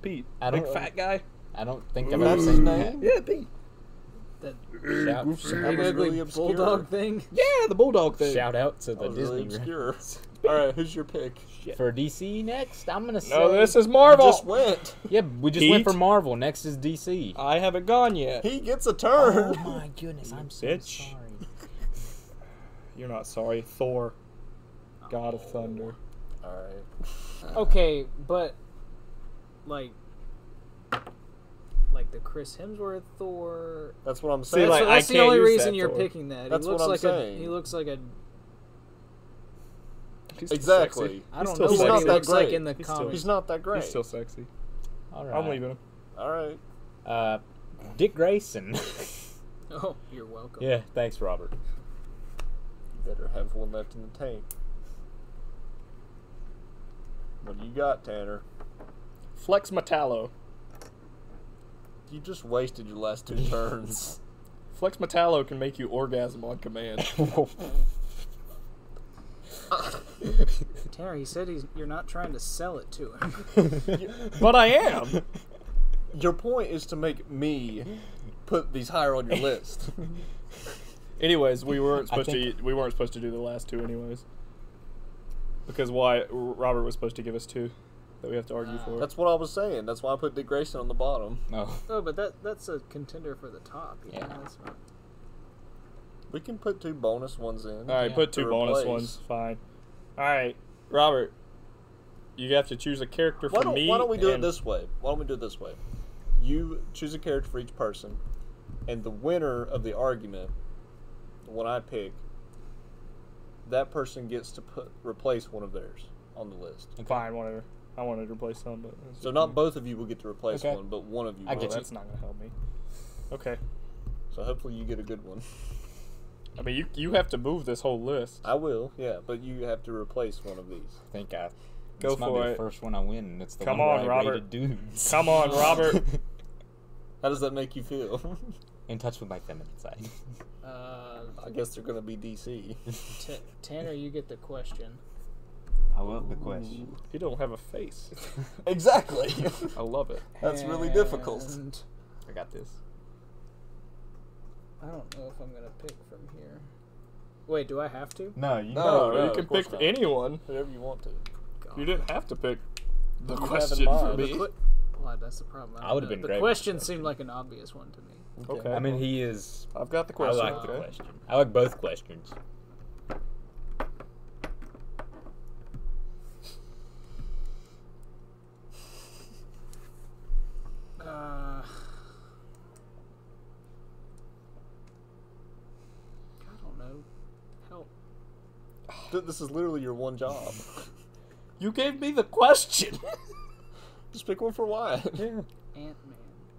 S1: Pete,
S2: I
S1: big
S2: don't-
S1: fat guy.
S2: I don't think I've ever
S3: That's his
S2: seen that.
S3: name.
S1: Yeah, Pete.
S4: That
S2: Shout,
S3: That
S4: big
S3: was
S2: shout,
S4: ugly
S3: really obscure.
S4: bulldog thing.
S1: Yeah, the bulldog thing.
S2: shout out to the
S3: That was Oh, really
S2: Disney
S3: [laughs] obscure. All right, who's your pick?
S2: for DC next. I'm gonna say
S1: no, this is
S3: You
S1: Marvel.
S3: just went.
S2: yeah. We just went
S1: Heat.
S2: for Marvel. Next is DC.
S1: I haven't gone yet.
S3: [laughs] He gets a
S2: Oh
S3: turn.
S2: my goodness, I'm so
S1: bitch.
S2: sorry.
S1: You're not sorry, Thor, God of Thunder.
S3: [laughs] All right.
S4: Okay, but like like the Chris Hemsworth Thor.
S3: [laughs] That's what I'm
S1: See,
S3: saying.
S1: like,
S4: so
S1: I
S4: that's the
S1: can't
S4: only
S1: use
S4: reason
S1: that
S4: you're
S1: Thor.
S4: picking that.
S3: That's
S4: he looks
S3: what I'm
S4: like a
S3: saying.
S4: he looks like a
S1: He's still
S3: exactly.
S1: sexy.
S4: I
S1: He's
S4: don't
S1: still
S4: know what
S1: sexy.
S4: he
S1: He's not
S4: looks
S3: that
S4: like
S3: great.
S4: in the
S1: He's still-
S4: comics.
S3: He's not that great.
S1: He's still sexy.
S2: All right.
S1: I'm leaving him.
S3: All right.
S2: Uh, Dick Grayson. [laughs]
S4: Oh, you're welcome.
S2: yeah, thanks, Robert.
S3: You better have one left in the tank. What do you got, Tanner?
S1: Flex Metallo.
S3: You just wasted your last two [laughs] turns.
S1: Flex Metallo can make you orgasm on command. [laughs]
S2: Oh,
S4: Tanner, he said he's you're not trying to sell it to him. [laughs]
S1: but I am.
S3: your point is to make me put these higher on your [laughs] list.
S1: Anyways, we weren't
S2: I
S1: supposed to. We weren't supposed to do the last two, anyways. Because why? Robert was supposed to give us two that we have to argue for.
S3: That's what I was saying. That's why I put Dick Grayson on the bottom.
S2: No.
S4: oh, but that that's a contender for the top. you know,
S2: Yeah.
S4: that's not-
S3: We can put two bonus ones in.
S1: All right,
S2: Yeah.
S1: put two
S3: To
S1: bonus
S3: replace.
S1: ones. Fine. All right, Robert. You have to choose a character
S3: Why
S1: for
S3: don't,
S1: me.
S3: why don't we do it
S1: and-
S3: this way? Why don't we do it this way? You choose a character for each person, and the winner of the argument, the one I pick, that person gets to put replace one of theirs on the list.
S1: Fine, whatever. I wanted to replace some, but
S3: So not both of you will get to replace
S2: Okay.
S3: one, but one of you.
S2: I
S3: will.
S2: get you.
S1: that's not gonna help me. Okay.
S3: So hopefully you get a good one. [laughs]
S1: I mean, you you have to move this whole list.
S3: I will, yeah, but you have to replace one of these.
S2: I think I.
S1: Go
S2: this might be
S1: for
S2: the
S1: it.
S2: first one I win, and it's the
S1: Come
S2: one
S1: on,
S2: where I
S1: Robert.
S2: rated dudes.
S1: Come on, Robert.
S3: How does that make you feel? [laughs]
S2: In touch with my feminine side.
S4: Uh,
S3: I guess they're gonna be DC.
S4: T- Tanner, you get the question.
S7: I love the question.
S1: You don't have a face.
S7: Exactly.
S1: I love it.
S7: That's really difficult.
S4: And
S2: I got this.
S4: I don't know if I'm gonna pick from here. Wait, do I have to?
S7: no, you
S3: No,
S1: Oh,
S3: no,
S1: you can
S3: of course
S1: pick
S3: not.
S1: anyone.
S3: [laughs] Whatever you want to.
S2: Oh,
S1: You didn't have to pick the
S3: have in
S1: question for
S3: mind.
S1: me.
S4: What? God, that's the problem.
S2: I would've
S4: know.
S2: been
S4: The
S2: great with
S4: question seemed like an obvious one to me.
S1: Okay.
S2: I mean, he is.
S1: I've got the
S2: I
S1: question.
S2: like the
S1: okay.
S2: question. I like both questions.
S4: Uh, God I don't know. Help.
S3: Th- This is literally your one job.
S1: You gave me the question. [laughs]
S3: Just pick one for Wyatt.
S4: Ant Man.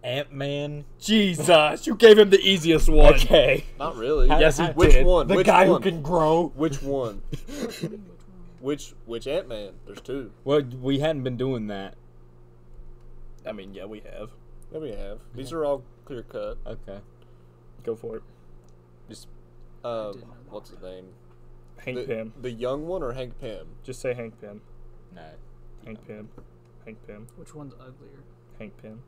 S2: Ant Man.
S1: Jesus, you gave him the easiest one. [laughs]
S2: Okay.
S3: Not really.
S2: Yes, he
S3: Which
S1: did.
S3: one?
S2: The
S3: Which
S2: guy
S3: one?
S2: who can grow.
S3: [laughs] Which one? which which Ant Man? There's two.
S2: [laughs] Well, we hadn't been doing that.
S1: I mean, yeah, we have.
S3: Yeah, we have. These are all clear cut.
S2: Okay.
S1: Go for it.
S3: Um, what's his name?
S1: Hank
S3: The,
S1: Pym.
S3: the young one or Hank Pym?
S1: Just say Hank Pym.
S2: No.
S1: Hank Pym. Hank Pym.
S4: Which one's uglier?
S1: Hank Pym.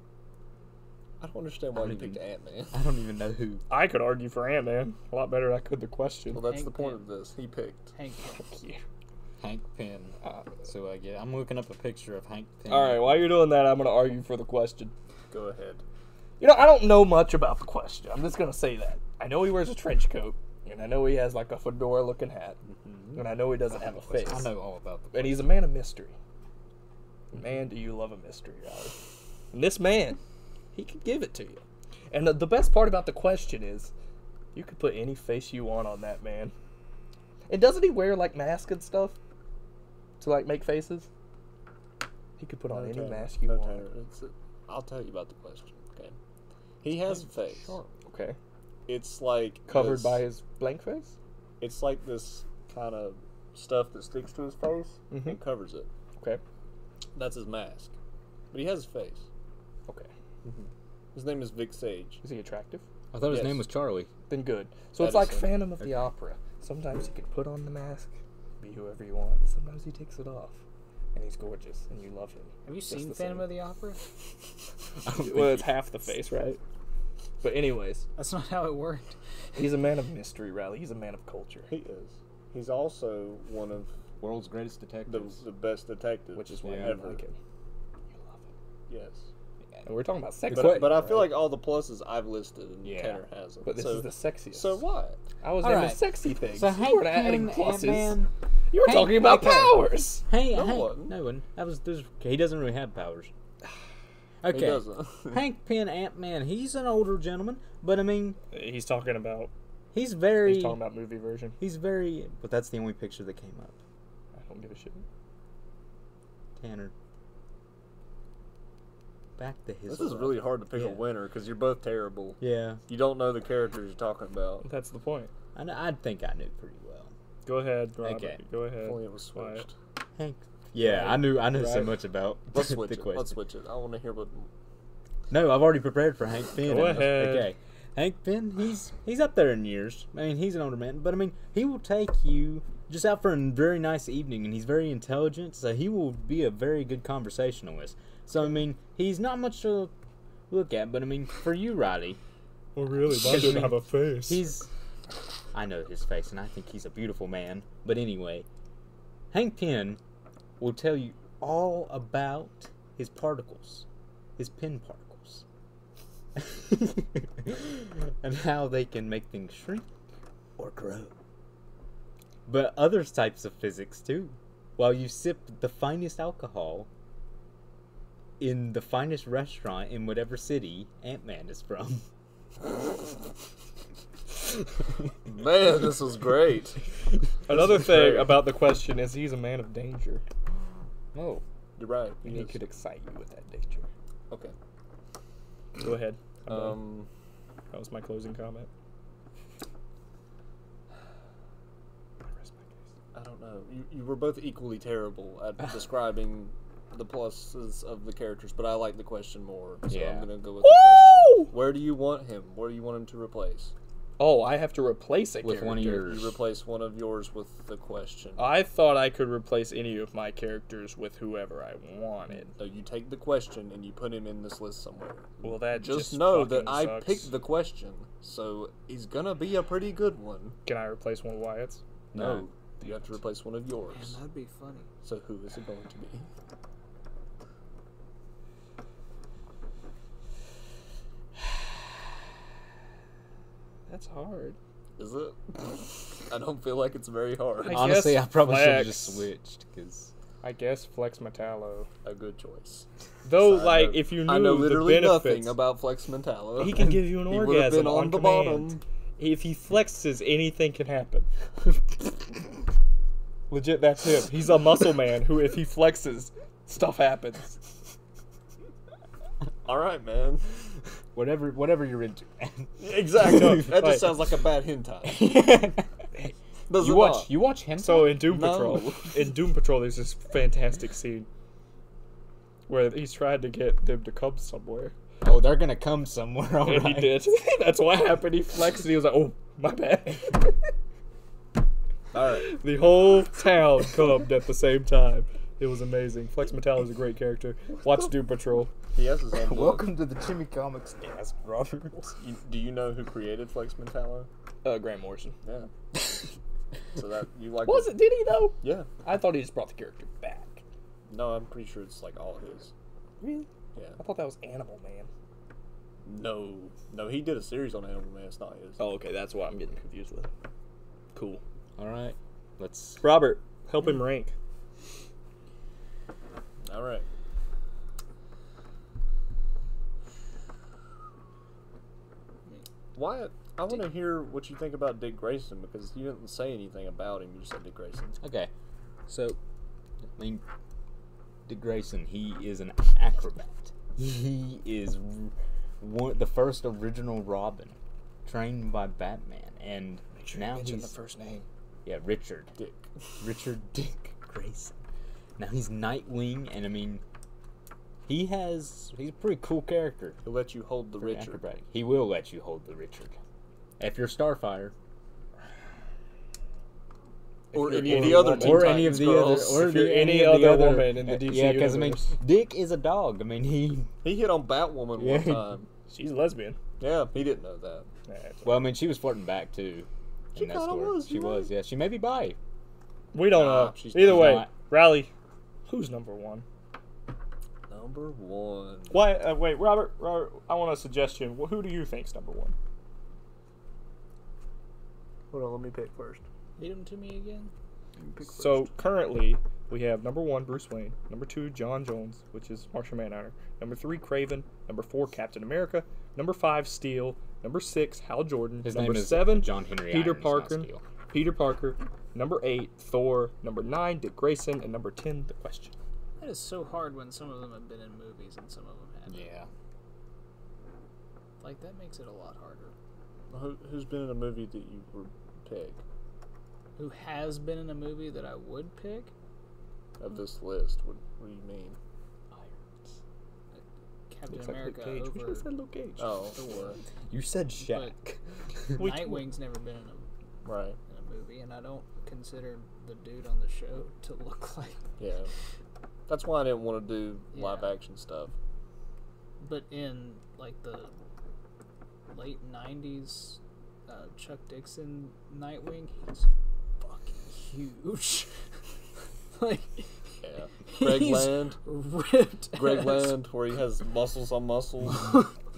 S3: I don't understand why
S2: I
S3: you
S2: don't
S3: picked
S1: Mm-hmm.
S3: Ant Man.
S2: I don't even know who.
S1: I could argue for Ant Man a lot better. than I could the question.
S3: Well, that's
S4: Hank
S3: the point
S4: Pym.
S3: of this. He picked.
S4: Hank. Pym.
S2: Hank Pym. Uh, so I get. I'm looking up a picture of Hank Pym.
S1: All right, while you're doing that, I'm gonna argue for the question.
S3: Go ahead.
S1: You know, I don't know much about the question. I'm just gonna say that. I know he wears a trench coat, and I know he has like a fedora-looking hat,
S2: Mm-hmm.
S1: and I know he doesn't have a face,
S2: I know all about the.
S1: and he's a man of mystery. Man, do you love a mystery, Riley? And this man, he could give it to you. And the, the best part about the question is, you could put any face you want on that man. And doesn't he wear like mask and stuff to like make faces? He could put on any
S3: Tyler,
S1: mask you
S3: no,
S1: want.
S3: Tyler, it's- I'll tell you about the question. Okay. He has a face.
S1: Okay.
S3: It's like
S1: Covered
S3: this-
S1: by his blank face.
S3: It's like this kind of stuff that sticks to his face
S1: Mm-hmm.
S3: and covers it.
S1: Okay.
S3: That's his mask. But he has a face.
S1: Okay.
S3: His name is Vic Sage.
S1: Is he attractive?
S2: I thought his
S3: Yes.
S2: name was Charlie.
S1: Then good. So
S3: That
S1: it's
S3: is
S1: like
S3: him.
S1: Phantom of the Opera. Sometimes he can put on the mask, be whoever you want. and Sometimes he takes it off, and he's gorgeous, and you love him.
S4: Have you
S1: Just
S4: seen
S1: the
S4: Phantom
S1: same.
S4: of the Opera?
S1: [laughs] [laughs] Well, it's half the face, right? But anyways,
S4: That's not how it worked.
S1: he's a man of mystery, Riley. He's a man of culture,
S3: He is. He's also one of
S2: World's greatest
S3: the,
S2: detectives.
S3: the best detectives.
S1: which is why
S2: Yeah.
S1: you
S3: ever.
S1: like him.
S3: Yes.
S1: And we're talking about sex,
S3: But,
S1: but,
S3: but I feel like all the pluses I've listed and
S2: Yeah.
S3: Tanner hasn't.
S1: this
S3: so,
S1: is the sexiest.
S3: so what?
S1: I was
S2: All
S1: naming
S2: right.
S1: sexy things.
S2: So
S1: you were
S2: Hank
S1: not adding
S2: Pym, Ant
S1: pluses.
S2: Man.
S1: You were
S2: Hank-
S1: talking about
S2: okay.
S1: powers.
S2: Hey,
S3: No
S2: Hank-
S3: one.
S2: No one. That was. There's, he doesn't really have
S1: [sighs]
S2: powers. Okay.
S3: He doesn't.
S2: Hank Pym, Ant Man. He's an older gentleman, but I mean,
S1: He's talking about.
S2: he's very.
S1: He's talking about movie version.
S2: He's very. But that's the only picture that came up.
S1: I don't give a shit.
S2: Tanner. Back to his.
S3: this is really hard to pick a
S2: Yeah.
S3: winner because you're both terrible.
S2: Yeah,
S3: You don't know the characters you're talking about.
S1: That's the point.
S2: I, kn- I think I knew pretty well.
S1: Go ahead, Robert.
S2: Okay.
S1: Go
S3: If
S1: ahead.
S3: only it was
S1: Wyatt.
S3: switched.
S2: Hank. Yeah, I knew. I knew so
S1: Right.
S2: much about [laughs]
S3: Let's
S2: the
S3: switch it.
S2: question.
S3: Let's switch it. I want to hear what.
S2: No, I've already prepared for Hank Pym.
S1: Go
S2: and-
S1: ahead.
S2: Okay. Hank Pym, he's he's up there in years. I mean, he's an older man, but I mean, he will take you just out for a very nice evening, and he's very intelligent, so he will be a very good conversationalist. So I mean, he's not much to look at, but I mean, for you, Roddy,
S1: Well, really,
S2: mine didn't have a
S1: face.
S2: he's I know his face, and I think he's a beautiful man. But anyway, Hank Pym will tell you all about his particles, his pin particles, [laughs] and how they can make things shrink or grow. But other types of physics too. While you sip the finest alcohol in the finest restaurant in whatever city Ant Man is from. [laughs]
S3: Man, this was great.
S1: Another thing
S3: great.
S1: about the question is he's a man of danger.
S2: Oh.
S3: You're right.
S1: And he
S3: yes.
S1: could excite you with that danger.
S3: Okay.
S1: Go ahead. I'm done.
S3: Um,
S1: that was my closing comment.
S3: I don't know. You, you were both equally terrible
S1: [laughs]
S3: at describing the pluses of the characters, but I like the question more, so
S2: Yeah.
S3: I'm gonna go with the question. Where do you want him? Where do you want him to replace?
S1: Oh, I have to replace a
S2: with
S1: character.
S2: one of yours.
S3: You replace one of yours with the question.
S1: I thought I could replace any of my characters with whoever I wanted.
S3: So you take the question and you put him in this list somewhere.
S1: Well, that
S3: Just,
S1: just,
S3: know that
S1: fucking
S3: I
S1: sucks.
S3: picked the question, so he's gonna be a pretty good one. Oh,
S1: Can I replace one of Wyatt's?
S2: No.
S3: You have to replace one of
S4: Man,
S3: yours.
S4: that'd be funny.
S3: So who is it going to be?
S1: That's hard.
S3: Is it? [laughs] I don't feel like it's very hard.
S1: I
S2: Honestly,
S1: guess
S2: I probably should have just
S1: Flex.
S2: switched because
S1: I guess Flex Metallo.
S3: A good choice.
S1: Though,
S3: I
S1: like,
S3: know-
S1: if you knew
S3: I know
S1: the
S3: literally
S1: benefits,
S3: nothing about Flex Mentallo.
S1: he can give you an
S3: [laughs] He would've
S1: orgasm
S3: been
S1: on,
S3: on the
S1: command.
S3: bottom.
S1: If he flexes, anything can happen. [laughs] Legit, that's him. He's a muscle man who, if he flexes, stuff [laughs] happens.
S3: All right,
S1: [laughs]
S3: man.
S2: whatever whatever you're into. [laughs]
S3: Exactly.
S1: No,
S3: [laughs] that
S1: like-
S3: just sounds like a bad hentai.
S1: [laughs]
S3: Does
S2: you
S3: it
S2: watch
S3: not?
S2: you watch him.
S1: So in Doom
S3: No.
S1: Patrol, in Doom Patrol, there's this fantastic scene where he's trying to get them to come somewhere,
S2: oh, they're gonna come somewhere. [laughs] All
S1: and
S2: right.
S1: he did. [laughs] That's what happened. He flexed, and he was like, "Oh, my bad." [laughs]
S3: All right.
S1: the whole town cummed at the same time. It was amazing. Flex Metallo is a great character. Watch Doom Patrol.
S3: He has
S1: [laughs]
S3: his own book.
S2: Welcome to the Jimmy Comics desk, Robert.
S3: You, do you know who created Flex Mentallo?
S1: Uh, Grant Morrison. [laughs]
S3: Yeah. so that you like
S1: Was it? Did he though?
S3: Yeah.
S1: I thought he just brought the character back.
S3: No, I'm pretty sure it's like all his.
S1: Really?
S3: Yeah.
S1: I thought that was Animal Man.
S3: No, no, he did a series on Animal Man. It's not his.
S1: Oh, okay. That's what I'm getting confused with. Cool.
S2: All right, let's.
S1: Robert, help him rank.
S3: All right. Wyatt, I want to hear what you think about Dick Grayson because you didn't say anything about him. You just said Dick Grayson.
S2: Okay, so, I mean, Dick Grayson, he is an acrobat. He is r- one, the first original Robin, trained by Batman, and now he's
S1: first name.
S2: yeah Richard.
S3: Dick.
S2: Richard Dick Grayson. Now he's Nightwing, and I mean, he has he's a pretty cool character.
S3: He'll let you hold the
S2: pretty
S3: Richard.
S2: acrobatic. He will let you hold the Richard. If you're Starfire,
S3: Or
S1: you're
S3: any,
S1: any
S3: of the other
S1: woman.
S3: Teen
S2: or any of
S3: Titans
S2: the
S3: girls.
S2: other, or
S1: If you're
S2: the,
S1: any
S2: of the
S1: other woman in the
S2: uh,
S1: DC
S2: yeah, because I mean,
S1: universe.
S2: Dick is a dog. I mean, he.
S3: He hit on Batwoman
S2: Yeah.
S3: one time.
S1: She's a lesbian.
S3: Yeah, he didn't know that.
S2: Well, I mean, she was flirting back too.
S3: She
S2: in that
S3: kinda
S2: story.
S3: was,
S2: She
S3: you're
S2: was. Yeah, she may be bi.
S1: We don't
S3: Nah,
S1: know.
S3: she's-
S1: Either
S2: she's
S1: way,
S2: not.
S1: Rally, who's number one?
S3: Number one.
S1: Why? Uh, wait, Robert. Robert, I want a suggestion. Wh- Who do you think's number one?
S4: Hold on, let me pick first. Hit him to me again.
S1: So currently, we have number one Bruce Wayne, number two John Jones, which is Martian Manhunter, number three Craven, number four Captain America, number five Steel, number six Hal Jordan,
S2: His
S1: number
S2: name is
S1: seven
S2: John Henry.
S1: Peter
S2: Irons, not
S1: Parker,
S2: Steele.
S1: Peter Parker, number eight Thor, number nine Dick Grayson, and number ten The Question.
S4: That is so hard when some of them have been in movies and some of them haven't.
S2: Yeah.
S4: Like that makes it a lot harder.
S3: Who, who's been in a movie that you would pick
S4: Who has been in a movie that I would pick?
S3: of this list? What, what do you mean?
S1: [laughs]
S4: Captain
S1: Looks like Luke
S4: America
S1: Cage. We should have
S4: over
S1: said Luke Cage.
S3: [laughs] Oh,
S4: Thor.
S2: You said Shaq. [laughs]
S1: We-
S4: Nightwing's never been in a,
S3: right.
S4: in a movie, and I don't consider the dude on the show [laughs] to look like.
S3: Yeah. That's why I didn't want to do
S4: Yeah.
S3: live action stuff.
S4: But in like the late '90s, uh, Chuck Dixon Nightwing, he's fucking huge. [laughs] like
S1: [laughs]
S3: Yeah. Greg
S4: He's-
S3: Land.
S4: ripped.
S3: Greg
S4: as-
S3: Land, where he has muscles
S1: [laughs]
S3: on muscles.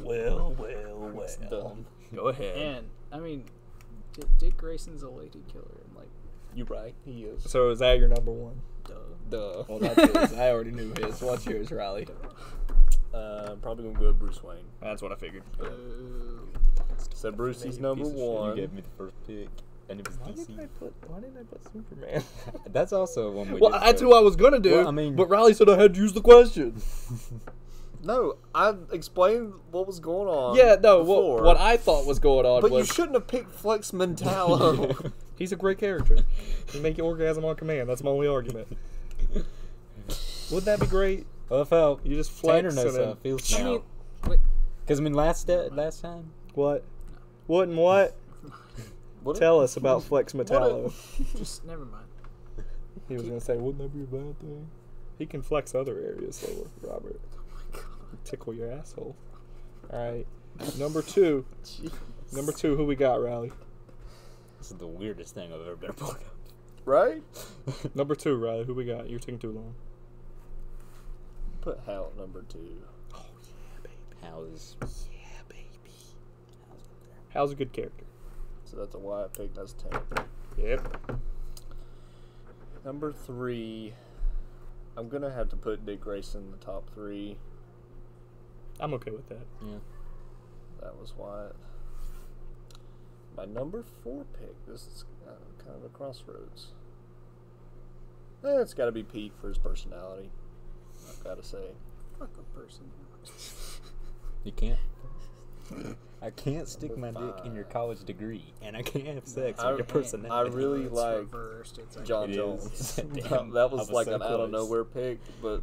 S1: Well, well,
S3: It's dumb.
S1: Go ahead.
S4: And I mean, D- Dick Grayson's a lady killer, and like,
S3: You right? He is.
S1: So is that your number one?
S4: duh.
S3: Duh.
S8: Well, that's his. I already knew his. What's yours, Riley?
S3: Uh, I'm probably gonna go with Bruce Wayne.
S1: That's what I figured.
S4: Boo.
S3: So Brucey's
S1: Piece
S3: number
S1: of shit. You
S2: You
S3: one.
S2: gave me the first pick, and it was
S1: Why didn't I
S2: DC.
S1: put? Why didn't I put [laughs] Superman?
S2: That's also one we.
S1: well,
S2: did
S1: that's
S2: so-
S1: who I was gonna do.
S2: Well, I mean-
S1: but Riley said I had to use the question.
S3: No, I explained what was going
S1: [laughs]
S3: on.
S1: yeah, no.
S3: um, before,
S1: What, what I thought was going on
S3: But you
S1: was
S3: shouldn't have
S1: [laughs]
S3: picked Flex Mentallo.
S1: he's a great character. He make you orgasm on command. That's my only argument. Wouldn't that be great?
S2: [laughs] Well, I felt
S1: You just
S2: Tanner
S1: flex and
S2: knows how
S1: then,
S2: it feels
S4: I mean,
S2: now.
S4: wait,
S2: Because I mean, last de- last time
S1: what? What and what?
S3: What
S1: Tell us about Flex Metallo.
S4: Just never mind.
S1: He was gonna say, wouldn't that be a bad thing? He can flex other areas, though, Robert.
S3: Oh
S1: Tickle your asshole. All right. Number two. Number two. Who we got, Riley?
S2: This is the weirdest thing I've ever been a part of.
S3: [laughs] right?
S1: Number two, Riley. Who we got? You're taking too long.
S3: Put Hal at number two.
S2: [laughs] How is
S1: How's a good character?
S3: So that's a why I picked. That's ten.
S1: Yep.
S3: Number three. I'm gonna have to put Dick Grayson in the top three.
S1: I'm okay with that.
S3: That was why. My number four pick. This is uh, kind of a crossroads. Eh, it's got to be Pete for his personality. I've got to say.
S4: Fuck a person.
S2: you can't? I can't stick my
S3: Number
S2: dick in your
S3: five.
S2: college degree, and I can't have sex
S3: I-
S2: with your
S3: I
S2: personality.
S1: [laughs]
S3: really
S4: It's
S3: like
S4: reversed. It's like,
S3: John
S2: It
S3: Jones.
S2: is.
S3: [laughs] that
S2: [laughs] Damn,
S3: that
S2: I
S3: was
S2: was
S3: like
S2: so
S3: an out of
S2: close.
S3: nowhere pick, but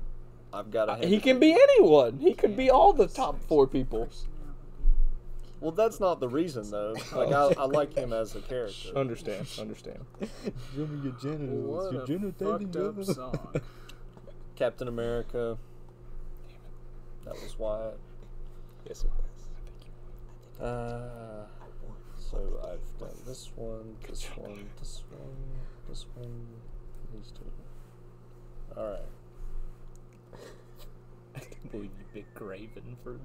S3: I've got to. hand
S7: He
S3: it
S7: can
S3: to-
S7: be anyone. He could be all the top four people.
S3: Well, that's not the
S2: [laughs]
S3: reason though. Like I, I like him
S2: Oh,
S3: as a character. [laughs]
S1: Understand. Understand.
S2: Give me your genitals.
S4: What
S2: Your
S4: a fucked up
S2: genitals.
S4: song.
S3: Captain America. That was why.
S2: [laughs] Yes, it was.
S3: Uh, so I've done this one, this one, this one, this one, these two. All right.
S2: I can't believe you picked Graven for.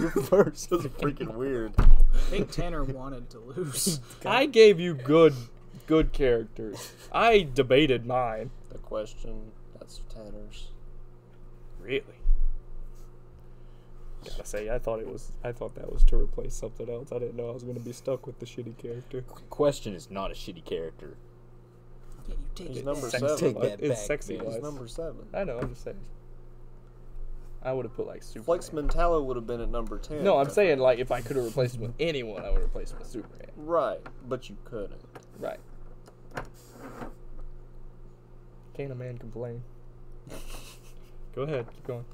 S3: Your first was freaking weird.
S4: I think Tanner wanted to lose.
S1: I gave you good, good characters. I debated mine.
S3: The question. That's Tanner's.
S2: [laughs]
S1: Really. Gotta say, I thought it was. I thought that was to replace something else. I didn't know I was gonna be stuck with the shitty character.
S2: Question is not a shitty character.
S4: Yeah, you take
S3: He's
S4: it.
S3: number
S2: Take
S3: seven.
S2: that
S1: It's
S2: back,
S1: sexy
S2: man.
S1: wise.
S3: He's number seven.
S1: I know. I'm just saying. I would have put like Superman.
S3: Flex Mentallo would have been at number ten.
S1: No, I'm saying like if I could have replaced him with anyone, I would have replaced him with Superman.
S3: Right, but you couldn't.
S1: Right. Can't a man complain? [laughs] Go ahead, keep going.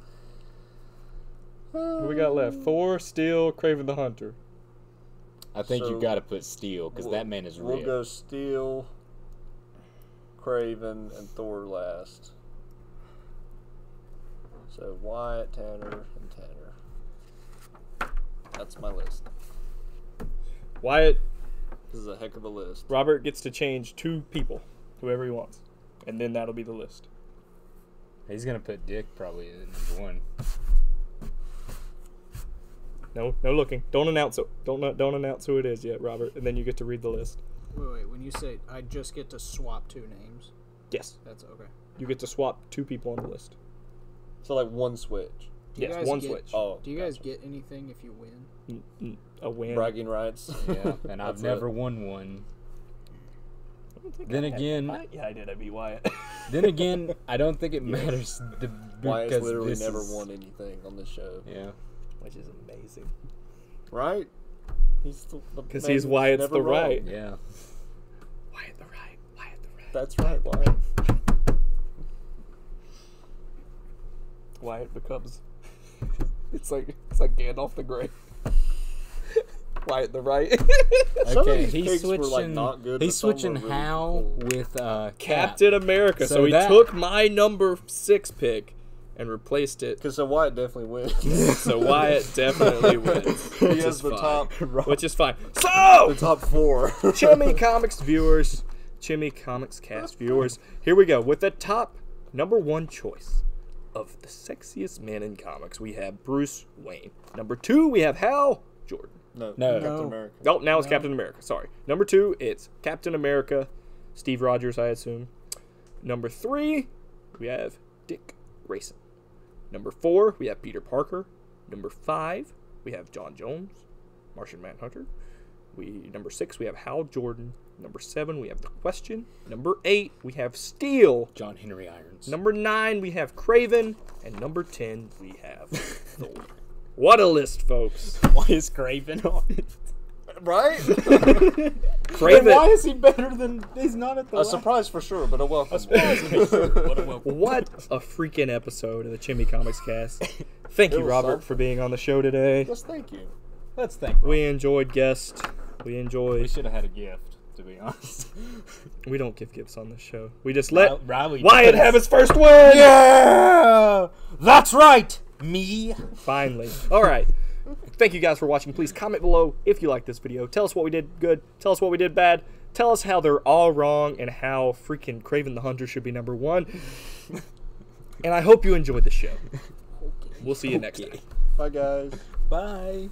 S1: What we got left? Thor, Steel, Craven the Hunter.
S2: I think
S3: So-
S2: you got to put Steel because
S3: We'll-
S2: that man is
S3: We'll
S2: real.
S3: go Steel, Craven, and Thor last. So Wyatt, Tanner, and Tanner. That's my list.
S1: Wyatt
S3: This is a heck of a list.
S1: Robert gets to change two people, whoever he wants, and then that'll be the list.
S2: He's gonna put Dick probably at number
S3: [laughs]
S2: one.
S1: No, no looking. Don't announce it. Don't don't announce who it is yet, Robert, and then you get to read the list.
S4: Wait, wait. When you say I just get to swap two names,
S1: Yes,
S4: that's okay.
S1: you get to swap two people on the list.
S3: So like one switch.
S4: Do you
S1: yes,
S4: guys
S1: one
S4: get-
S1: switch.
S3: Oh,
S4: Do you guys get anything if you win?
S1: Mm, mm, A win.
S3: bragging rights?
S2: Yeah, Oh,
S3: [laughs]
S2: and I've
S3: That's
S2: never
S3: it.
S2: won one.
S1: I don't think
S2: Then
S1: I had-
S2: again-
S1: I- yeah, I did. I beat Wyatt. [laughs]
S2: Then again, I don't
S3: [laughs]
S2: think it matters. The,
S3: Wyatt's
S2: because
S3: literally
S2: this
S3: never
S2: is-
S3: won anything on this show,
S2: Yeah,
S1: which is amazing.
S3: right? He's the
S1: Because
S3: man
S1: he's
S3: who's
S1: Wyatt's
S3: never
S1: the
S3: wrong.
S1: right.
S2: yeah.
S1: Wyatt the right. Wyatt the right.
S3: That's right, Wyatt.
S1: Wyatt becomes. [laughs] it's like it's like Gandalf the Grey. [laughs] Wyatt the
S3: [laughs]
S1: right.
S3: Some of
S2: Okay,
S3: these
S2: he's
S3: picks were,
S2: switching.
S3: like, not good, but
S2: he's
S3: some were
S2: switching
S3: really
S2: Hal with uh, Cap.
S1: Captain America. So,
S2: So
S1: he
S2: that-
S1: took my number six pick and replaced it.
S3: [laughs] Because so Wyatt definitely
S2: [laughs]
S3: wins.
S1: So Wyatt definitely wins.
S3: [laughs] he
S1: which
S3: has
S1: is
S3: the
S1: fine.
S2: [laughs]
S3: top,
S1: Which is fine. So,
S3: the top four.
S1: Chimmy Comics viewers, Chimmy Comics cast viewers, here we go with the top number one choice of the sexiest man in comics. We have Bruce Wayne. Number two, we have Hal Jordan.
S3: No,
S2: No.
S3: Captain
S4: No.
S3: America.
S1: Oh, now it's Captain America. Sorry. Number two, it's Captain America, Steve Rogers, I assume. Number three, we have Dick Grayson. Number four, we have Peter Parker. Number five, we have John Jones, Martian Manhunter. We number six, we have Hal Jordan. Number seven, we have The Question. Number eight, we have Steel.
S2: John Henry Irons.
S1: Number nine, we have Craven, and number ten, we
S2: [laughs]
S1: have Thor. What a list, folks!
S2: Why is Craven on it? [laughs]
S3: Right? [laughs]
S1: Craven.
S2: Why is he better than he's not at the?
S3: a
S2: last- [laughs]
S3: surprise for sure, but a welcome. [laughs]
S1: What a freaking episode of the Chimney Comics cast. Thank you,
S3: was
S1: Robert,
S3: something.
S1: for being on the show today.
S3: yes, thank you.
S2: Let's think.
S1: We enjoyed guest We
S2: We
S1: enjoy.
S2: should have had a gift, to be honest.
S1: We don't give gifts on this show. We just let
S2: Riley
S1: Wyatt
S2: does.
S1: have his first win.
S2: Yeah! That's right! Me.
S1: Finally. All right. Thank you guys for watching. Please comment below if you liked this video. Tell us what we did good. Tell us what we did bad. Tell us how they're all wrong and how freaking Craven the Hunter should be number
S2: [laughs]
S1: one. And I hope you enjoyed the show. We'll see you next time.
S3: Bye, guys.
S2: Bye.